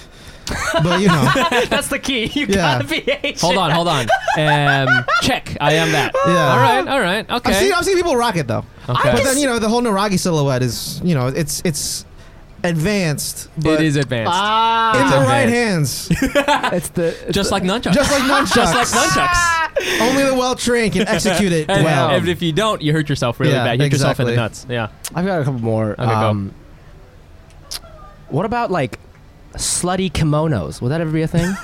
Speaker 4: but you
Speaker 3: (laughs)
Speaker 4: know,
Speaker 1: that's the key. You
Speaker 4: Yeah.
Speaker 1: gotta be Asian.
Speaker 3: Hold on, hold on. Um, check. I am that.
Speaker 4: yeah.
Speaker 3: All right, all right.
Speaker 4: I've
Speaker 3: Okay.
Speaker 4: seen, I've seen people rock it though.
Speaker 3: Okay.
Speaker 4: But then you know the whole Naragi silhouette is you know it's it's advanced. But
Speaker 3: it is advanced.
Speaker 4: in
Speaker 3: It's
Speaker 4: the
Speaker 3: advanced.
Speaker 4: right hands,
Speaker 1: It's the
Speaker 3: Just like nunchucks.
Speaker 4: just
Speaker 3: (laughs)
Speaker 4: like nunchucks.
Speaker 3: Just like
Speaker 1: Ah!
Speaker 3: nunchucks.
Speaker 4: Only the well trained can execute it
Speaker 3: And,
Speaker 4: well.
Speaker 3: and if you don't, you hurt yourself really
Speaker 4: Yeah,
Speaker 3: bad. You hurt yourself in the nuts.
Speaker 4: exactly.
Speaker 3: Yeah.
Speaker 1: I've got a couple more.
Speaker 3: go.
Speaker 1: um, What about like slutty kimonos? Would that ever be a
Speaker 3: (laughs)
Speaker 1: thing?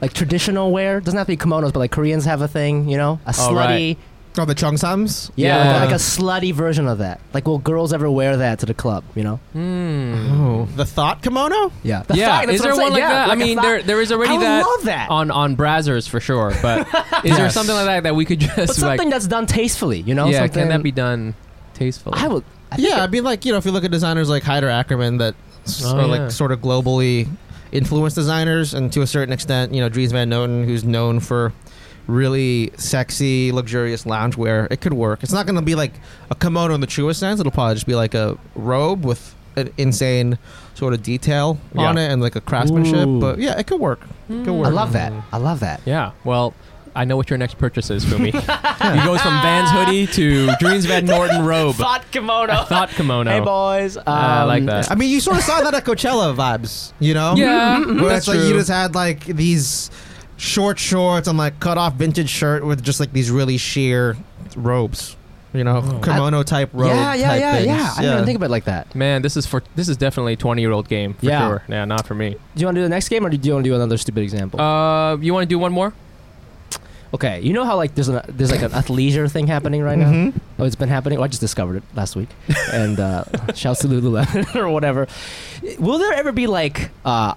Speaker 1: like traditional wear doesn't have to be kimonos, but like Koreans have a thing. You know, a
Speaker 3: Oh,
Speaker 1: slutty.
Speaker 3: right.
Speaker 4: oh, the chung sams.
Speaker 1: Yeah, like-
Speaker 3: Yeah.
Speaker 1: Like, a slutty version of that. Like, will girls ever wear that to the club? You know?
Speaker 3: Hmm.
Speaker 4: Oh, the thought kimono.
Speaker 1: Yeah.
Speaker 3: Yeah. Is there one like that? I mean, there there is already
Speaker 1: I
Speaker 3: that,
Speaker 1: love that.
Speaker 3: on on Brazzers for sure.
Speaker 4: (laughs)
Speaker 3: But is there
Speaker 4: Yes.
Speaker 3: something like that that we could just
Speaker 1: but something
Speaker 3: like?
Speaker 1: that's done tastefully. You know?
Speaker 3: yeah.
Speaker 1: something,
Speaker 3: Can that be done tastefully?
Speaker 1: I would. I think
Speaker 4: Yeah, I
Speaker 1: it-
Speaker 4: mean, like you know, if you look at designers like Hyder Ackerman that s-
Speaker 3: Oh,
Speaker 4: are
Speaker 3: yeah.
Speaker 4: like sort of globally influenced designers, and to a certain extent, you know, Dries Van Noten, who's known for really sexy, luxurious loungewear, it could work. It's not going to be like a kimono in the truest sense. It'll probably just be like a robe with an insane sort of detail on
Speaker 3: Yeah.
Speaker 4: it and like a craftsmanship.
Speaker 1: Ooh.
Speaker 4: But yeah, it could work. It could work.
Speaker 1: I love that. I love that.
Speaker 3: Yeah. Well, I know what your next purchase is
Speaker 1: (laughs)
Speaker 3: for me. he goes from Vans hoodie to Dreams Van Norton robe.
Speaker 1: Thought kimono.
Speaker 3: Thought kimono. Ah,
Speaker 1: Hey, boys. Um,
Speaker 3: I like that.
Speaker 4: I mean, you sort of saw that at Coachella vibes, you know?
Speaker 3: Yeah,
Speaker 1: Mm-hmm.
Speaker 4: Where
Speaker 3: that's
Speaker 4: it's like you
Speaker 3: true.
Speaker 4: just had like these short shorts and like cut off vintage shirt with just like these really sheer robes, you know, kimono type robe.
Speaker 1: Oh. Yeah, yeah,
Speaker 4: type
Speaker 1: yeah,
Speaker 4: things.
Speaker 1: yeah. I didn't even think about it like that.
Speaker 3: Man, this is for this is definitely a twenty year old game for
Speaker 1: Yeah.
Speaker 3: sure. Yeah, not for me.
Speaker 1: Do you want to do the next game, or do you want to do another stupid example?
Speaker 3: Uh, you want to do one more?
Speaker 1: okay, you know how like there's an there's like an athleisure thing happening right now.
Speaker 4: Mhm.
Speaker 1: Oh, it's been happening. Well, I just discovered it last week, and (laughs) uh, shouts to Lululemon (laughs) or whatever. Will there ever be like uh,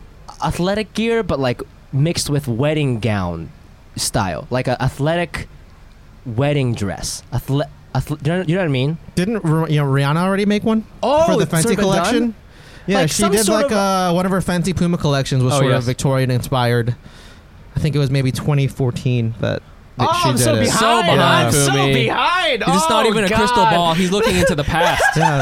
Speaker 1: athletic gear, but like mixed with wedding gown style, like a athletic wedding dress? Athle- athle- do you know- you know what I mean?
Speaker 4: Didn't Ri- you know, Rihanna already make one
Speaker 1: Oh,
Speaker 4: for the
Speaker 1: it's sort
Speaker 4: Fenty
Speaker 1: of been
Speaker 4: collection?
Speaker 1: done?
Speaker 4: Yeah,
Speaker 1: Like
Speaker 4: she
Speaker 1: some
Speaker 4: did
Speaker 1: sort
Speaker 4: like
Speaker 1: of-
Speaker 4: uh, one of her Fenty Puma collections was
Speaker 3: Oh,
Speaker 4: sort
Speaker 3: yes.
Speaker 4: of Victorian inspired. I think it was maybe 2014 that, that
Speaker 1: Oh,
Speaker 4: she
Speaker 1: I'm
Speaker 4: did
Speaker 1: so
Speaker 4: it.
Speaker 1: behind.
Speaker 3: So behind,
Speaker 1: I'm so
Speaker 3: Fumi.
Speaker 1: behind.
Speaker 3: It's
Speaker 1: oh,
Speaker 3: not even a crystal
Speaker 1: God.
Speaker 3: ball. He's looking into the past.
Speaker 1: (laughs)
Speaker 4: Yeah.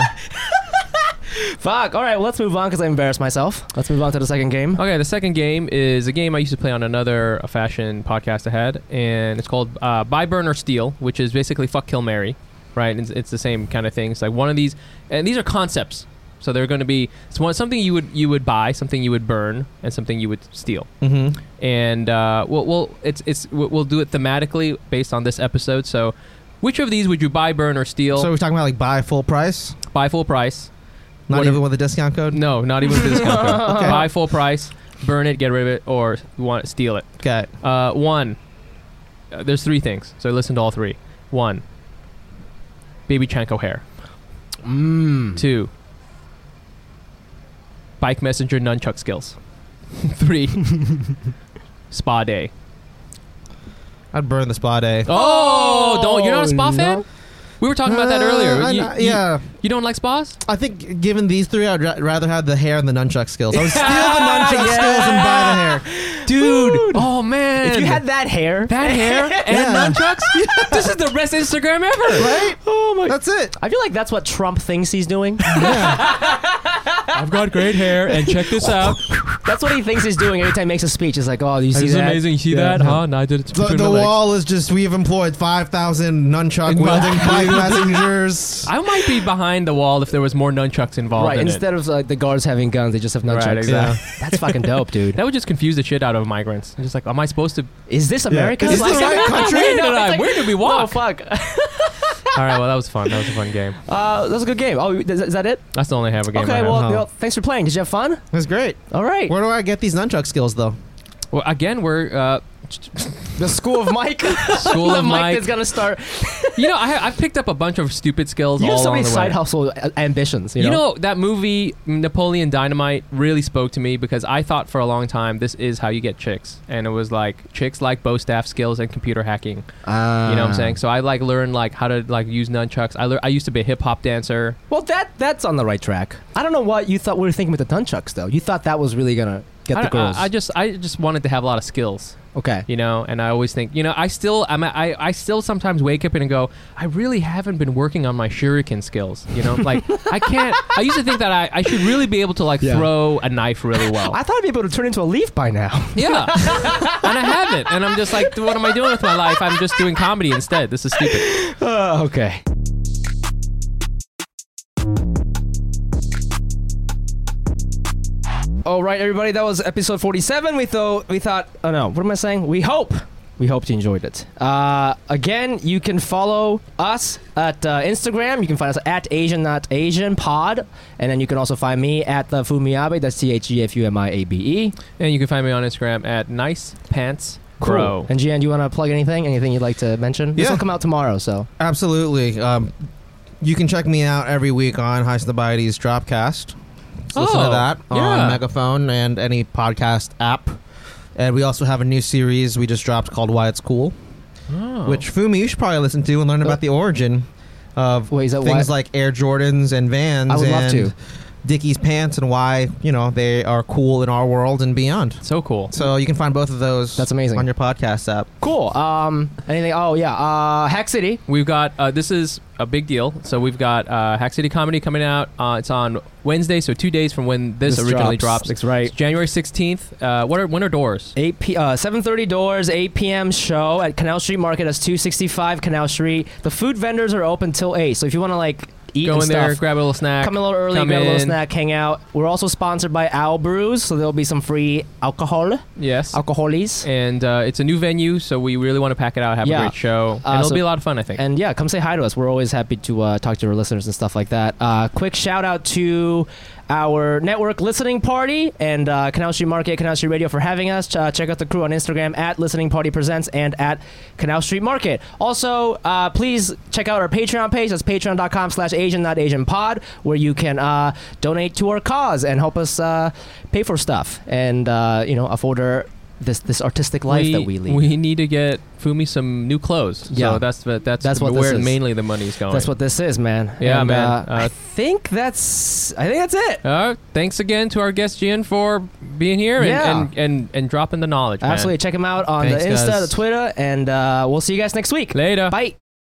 Speaker 1: Fuck. All right, well, let's move on because I embarrassed myself. Let's move on to the second game.
Speaker 3: Okay, the second game is a game I used to play on another uh, fashion podcast I had, and it's called uh, Buy, Burn, or Steal, which is basically fuck, kill, marry, right? And it's, it's the same kind of thing. It's like one of these, and these are concepts. So they're going to be it's one, something you would you would buy, something you would burn, and something you would steal.
Speaker 4: Mm-hmm.
Speaker 3: And uh, we'll, we'll it's it's we'll we'll do it thematically based on this episode. So, which of these would you buy, burn, or steal?
Speaker 4: So we're talking about like buy full price,
Speaker 3: buy full price.
Speaker 4: not
Speaker 3: Whatever-
Speaker 4: even with a discount code.
Speaker 3: No, not even for this company.
Speaker 4: (laughs) Okay.
Speaker 3: Buy full price, burn it, get rid of it, or want steal it.
Speaker 4: Okay.
Speaker 3: Uh, one, uh, there's three things, so listen to all three. One, baby Chanko hair.
Speaker 1: Mm.
Speaker 3: Two, bike messenger nunchuck skills. (laughs)
Speaker 1: (laughs)
Speaker 3: three, spa day.
Speaker 4: I'd burn the eh? spa day.
Speaker 3: Oh, don't you're not a spa
Speaker 1: no.
Speaker 3: fan? We were talking about that earlier.
Speaker 4: Uh,
Speaker 3: You-
Speaker 4: I-
Speaker 3: you-
Speaker 4: yeah,
Speaker 3: you don't like spas?
Speaker 4: I think given these three, I'd ra- rather have the hair and the nunchuck skills. I
Speaker 3: (laughs)
Speaker 4: would steal the nunchuck skills and buy the hair.
Speaker 3: Dude. Oh man.
Speaker 1: If you had that hair,
Speaker 3: that hair and
Speaker 4: (laughs)
Speaker 1: (laughs)
Speaker 4: Yeah.
Speaker 3: nunchucks, this is the best Instagram ever.
Speaker 4: Right? Oh my! That's it.
Speaker 1: I feel like that's what Trump thinks he's doing.
Speaker 3: I've got great hair, and check (laughs) this out.
Speaker 1: that's what he thinks he's doing every time he makes a speech. It's like, oh, do you see that?
Speaker 3: You see
Speaker 4: Yeah. that? Huh?
Speaker 3: And I did it
Speaker 4: The, the wall is just we've employed five thousand nunchuck wielding
Speaker 3: (laughs)
Speaker 4: bike messengers.
Speaker 3: I might be behind the wall if there was more nunchucks involved.
Speaker 1: Right.
Speaker 3: in it.
Speaker 1: Instead of like the guards having guns, they just have nunchucks.
Speaker 3: Right, exactly.
Speaker 1: That's fucking dope, dude.
Speaker 3: (laughs) That would just confuse the shit out of migrants. Just like, am I supposed to?
Speaker 1: Is this America?
Speaker 4: Is this
Speaker 1: (laughs)
Speaker 4: the
Speaker 1: Like-
Speaker 3: (laughs)
Speaker 4: right country?
Speaker 3: Where did
Speaker 1: No,
Speaker 3: I?
Speaker 1: it's like-
Speaker 3: where did we
Speaker 1: Oh
Speaker 3: walk?
Speaker 1: fuck!
Speaker 3: All right, well that was fun. That was a fun game.
Speaker 1: Uh, that's a good game. Oh, is is that it?
Speaker 3: That's the only have a game. I
Speaker 1: okay.
Speaker 3: have.
Speaker 1: Well,
Speaker 4: now.
Speaker 1: you know, thanks for playing. Did you have fun?
Speaker 4: That's great.
Speaker 1: All right.
Speaker 4: Where do I get these nunchuck skills though? (laughs)
Speaker 3: Well, again, we're uh,
Speaker 1: The school of Mike. (laughs)
Speaker 3: School
Speaker 1: the
Speaker 3: of
Speaker 1: Mike
Speaker 3: Mike.
Speaker 1: that's gonna start.
Speaker 3: You know, I, I've picked up a bunch of stupid skills
Speaker 1: You
Speaker 3: all
Speaker 1: have so
Speaker 3: along
Speaker 1: many
Speaker 3: the
Speaker 1: side
Speaker 3: way.
Speaker 1: hustle uh, ambitions. You
Speaker 3: You
Speaker 1: know?
Speaker 3: know that movie Napoleon Dynamite really spoke to me because I thought for a long time this is how you get chicks, and it was like chicks like bow staff skills and computer hacking. you know what I'm saying?
Speaker 1: Ah.
Speaker 3: So I like learned like how to like use nunchucks. I lear- I used to be a hip hop dancer.
Speaker 1: Well, that that's on the right track. I don't know what you thought we were thinking with the nunchucks though. You thought that was really gonna get
Speaker 3: I,
Speaker 1: the
Speaker 3: don't- I-
Speaker 1: girls.
Speaker 3: I just I just wanted to have a lot of skills.
Speaker 1: okay.
Speaker 3: you know and i always think you know i still i'm i, I still sometimes wake up and go i really haven't been working on my shuriken skills you know like i can't i used to think that i, I should really be able to like
Speaker 1: Yeah.
Speaker 3: throw a knife really well
Speaker 1: I thought I'd be able to turn into a leaf by now. (laughs)
Speaker 3: yeah and i haven't and i'm just like what am i doing with my life i'm just doing comedy instead this is stupid
Speaker 1: Uh, okay. All right, everybody. That was episode forty-seven. We thought we thought. Oh no, what am I saying? We hope. We hope you enjoyed it. Uh, again, you can follow us at uh, Instagram. You can find us at Asian Not Asian Pod, and then you can also find me at the Fumiabe. That's T H E F U M I A B E.
Speaker 3: and you can find me on instagram at nice pants bro
Speaker 1: And Gian, do you want to plug anything? Anything you'd like to mention? This
Speaker 4: Yeah.
Speaker 1: will come out tomorrow, so
Speaker 4: Absolutely. Um, you can check me out every week on High Snobites Dropcast. So listen to
Speaker 3: Oh,
Speaker 4: that
Speaker 3: yeah.
Speaker 4: on Megaphone and any podcast app. And we also have a new series we just dropped called Why It's Cool,
Speaker 3: Oh.
Speaker 4: which Fumi, you should probably listen to and learn about the origin of
Speaker 1: Uh, Wait, is that
Speaker 4: things
Speaker 1: why-
Speaker 4: like Air Jordans and Vans
Speaker 1: I would
Speaker 4: and
Speaker 1: love to.
Speaker 4: Dickies pants and why you know they are cool in our world and beyond.
Speaker 3: so cool
Speaker 4: So you can find both of those.
Speaker 1: That's amazing.
Speaker 4: on your podcast app.
Speaker 1: cool. Um, anything? Oh yeah, uh, Hack City.
Speaker 3: We've got uh, this is a big deal. So we've got uh, Hack City Comedy coming out. Uh, it's on Wednesday, so two days from when this,
Speaker 1: This
Speaker 3: originally
Speaker 1: drops.
Speaker 3: drops.
Speaker 1: That's right.
Speaker 3: It's January sixteenth. Uh, what are when are doors?
Speaker 1: 8 p uh, 7:30 doors 8 p.m. show at Canal Street Market that's 265 Canal Street. The food vendors are open till 8. So if you want to like eat
Speaker 3: Go in
Speaker 1: and
Speaker 3: there,
Speaker 1: stuff,
Speaker 3: grab a little snack.
Speaker 1: come a little early,
Speaker 3: come
Speaker 1: grab a little
Speaker 3: in.
Speaker 1: snack, hang out. We're also sponsored by Owl Brews, so there'll be some free alcohol,
Speaker 3: Yes.
Speaker 1: alcoholies.
Speaker 3: And uh, it's a new venue, so we really want to pack it out, have
Speaker 1: Yeah.
Speaker 3: a great show, and
Speaker 1: Uh,
Speaker 3: it'll
Speaker 1: so-
Speaker 3: be a lot of fun, I think.
Speaker 1: And yeah, come say hi to us. We're always happy to uh, talk to our listeners and stuff like that. Uh, quick shout out to our network listening party and uh, Canal Street Market, Canal Street Radio for having us. Ch- uh, check out the crew on Instagram at Listening Party Presents and at Canal Street Market. Also, uh, please check out our Patreon page. That's patreon.com slash Asian Not Asian Pod, where you can uh, donate to our cause and help us uh, pay for stuff and uh, you know afford our, this this artistic life that we lead.
Speaker 3: we need to get Fumi some new clothes.
Speaker 1: Yeah.
Speaker 3: So that's the, that's,
Speaker 1: That's what this
Speaker 3: where
Speaker 1: is.
Speaker 3: mainly the money's going.
Speaker 1: That's what this is, man.
Speaker 3: Oh, Yeah,
Speaker 1: And,
Speaker 3: man.
Speaker 1: uh, I
Speaker 3: Uh,
Speaker 1: think that's. I think that's it.
Speaker 3: Uh, thanks again to our guest Gian for being here and,
Speaker 1: Yeah.
Speaker 3: and, and, and dropping the knowledge. man.
Speaker 1: Absolutely, check him out on
Speaker 4: Thanks,
Speaker 1: the Insta,
Speaker 4: guys.
Speaker 1: the Twitter, and uh, we'll see you guys next week.
Speaker 3: Later.
Speaker 1: Bye.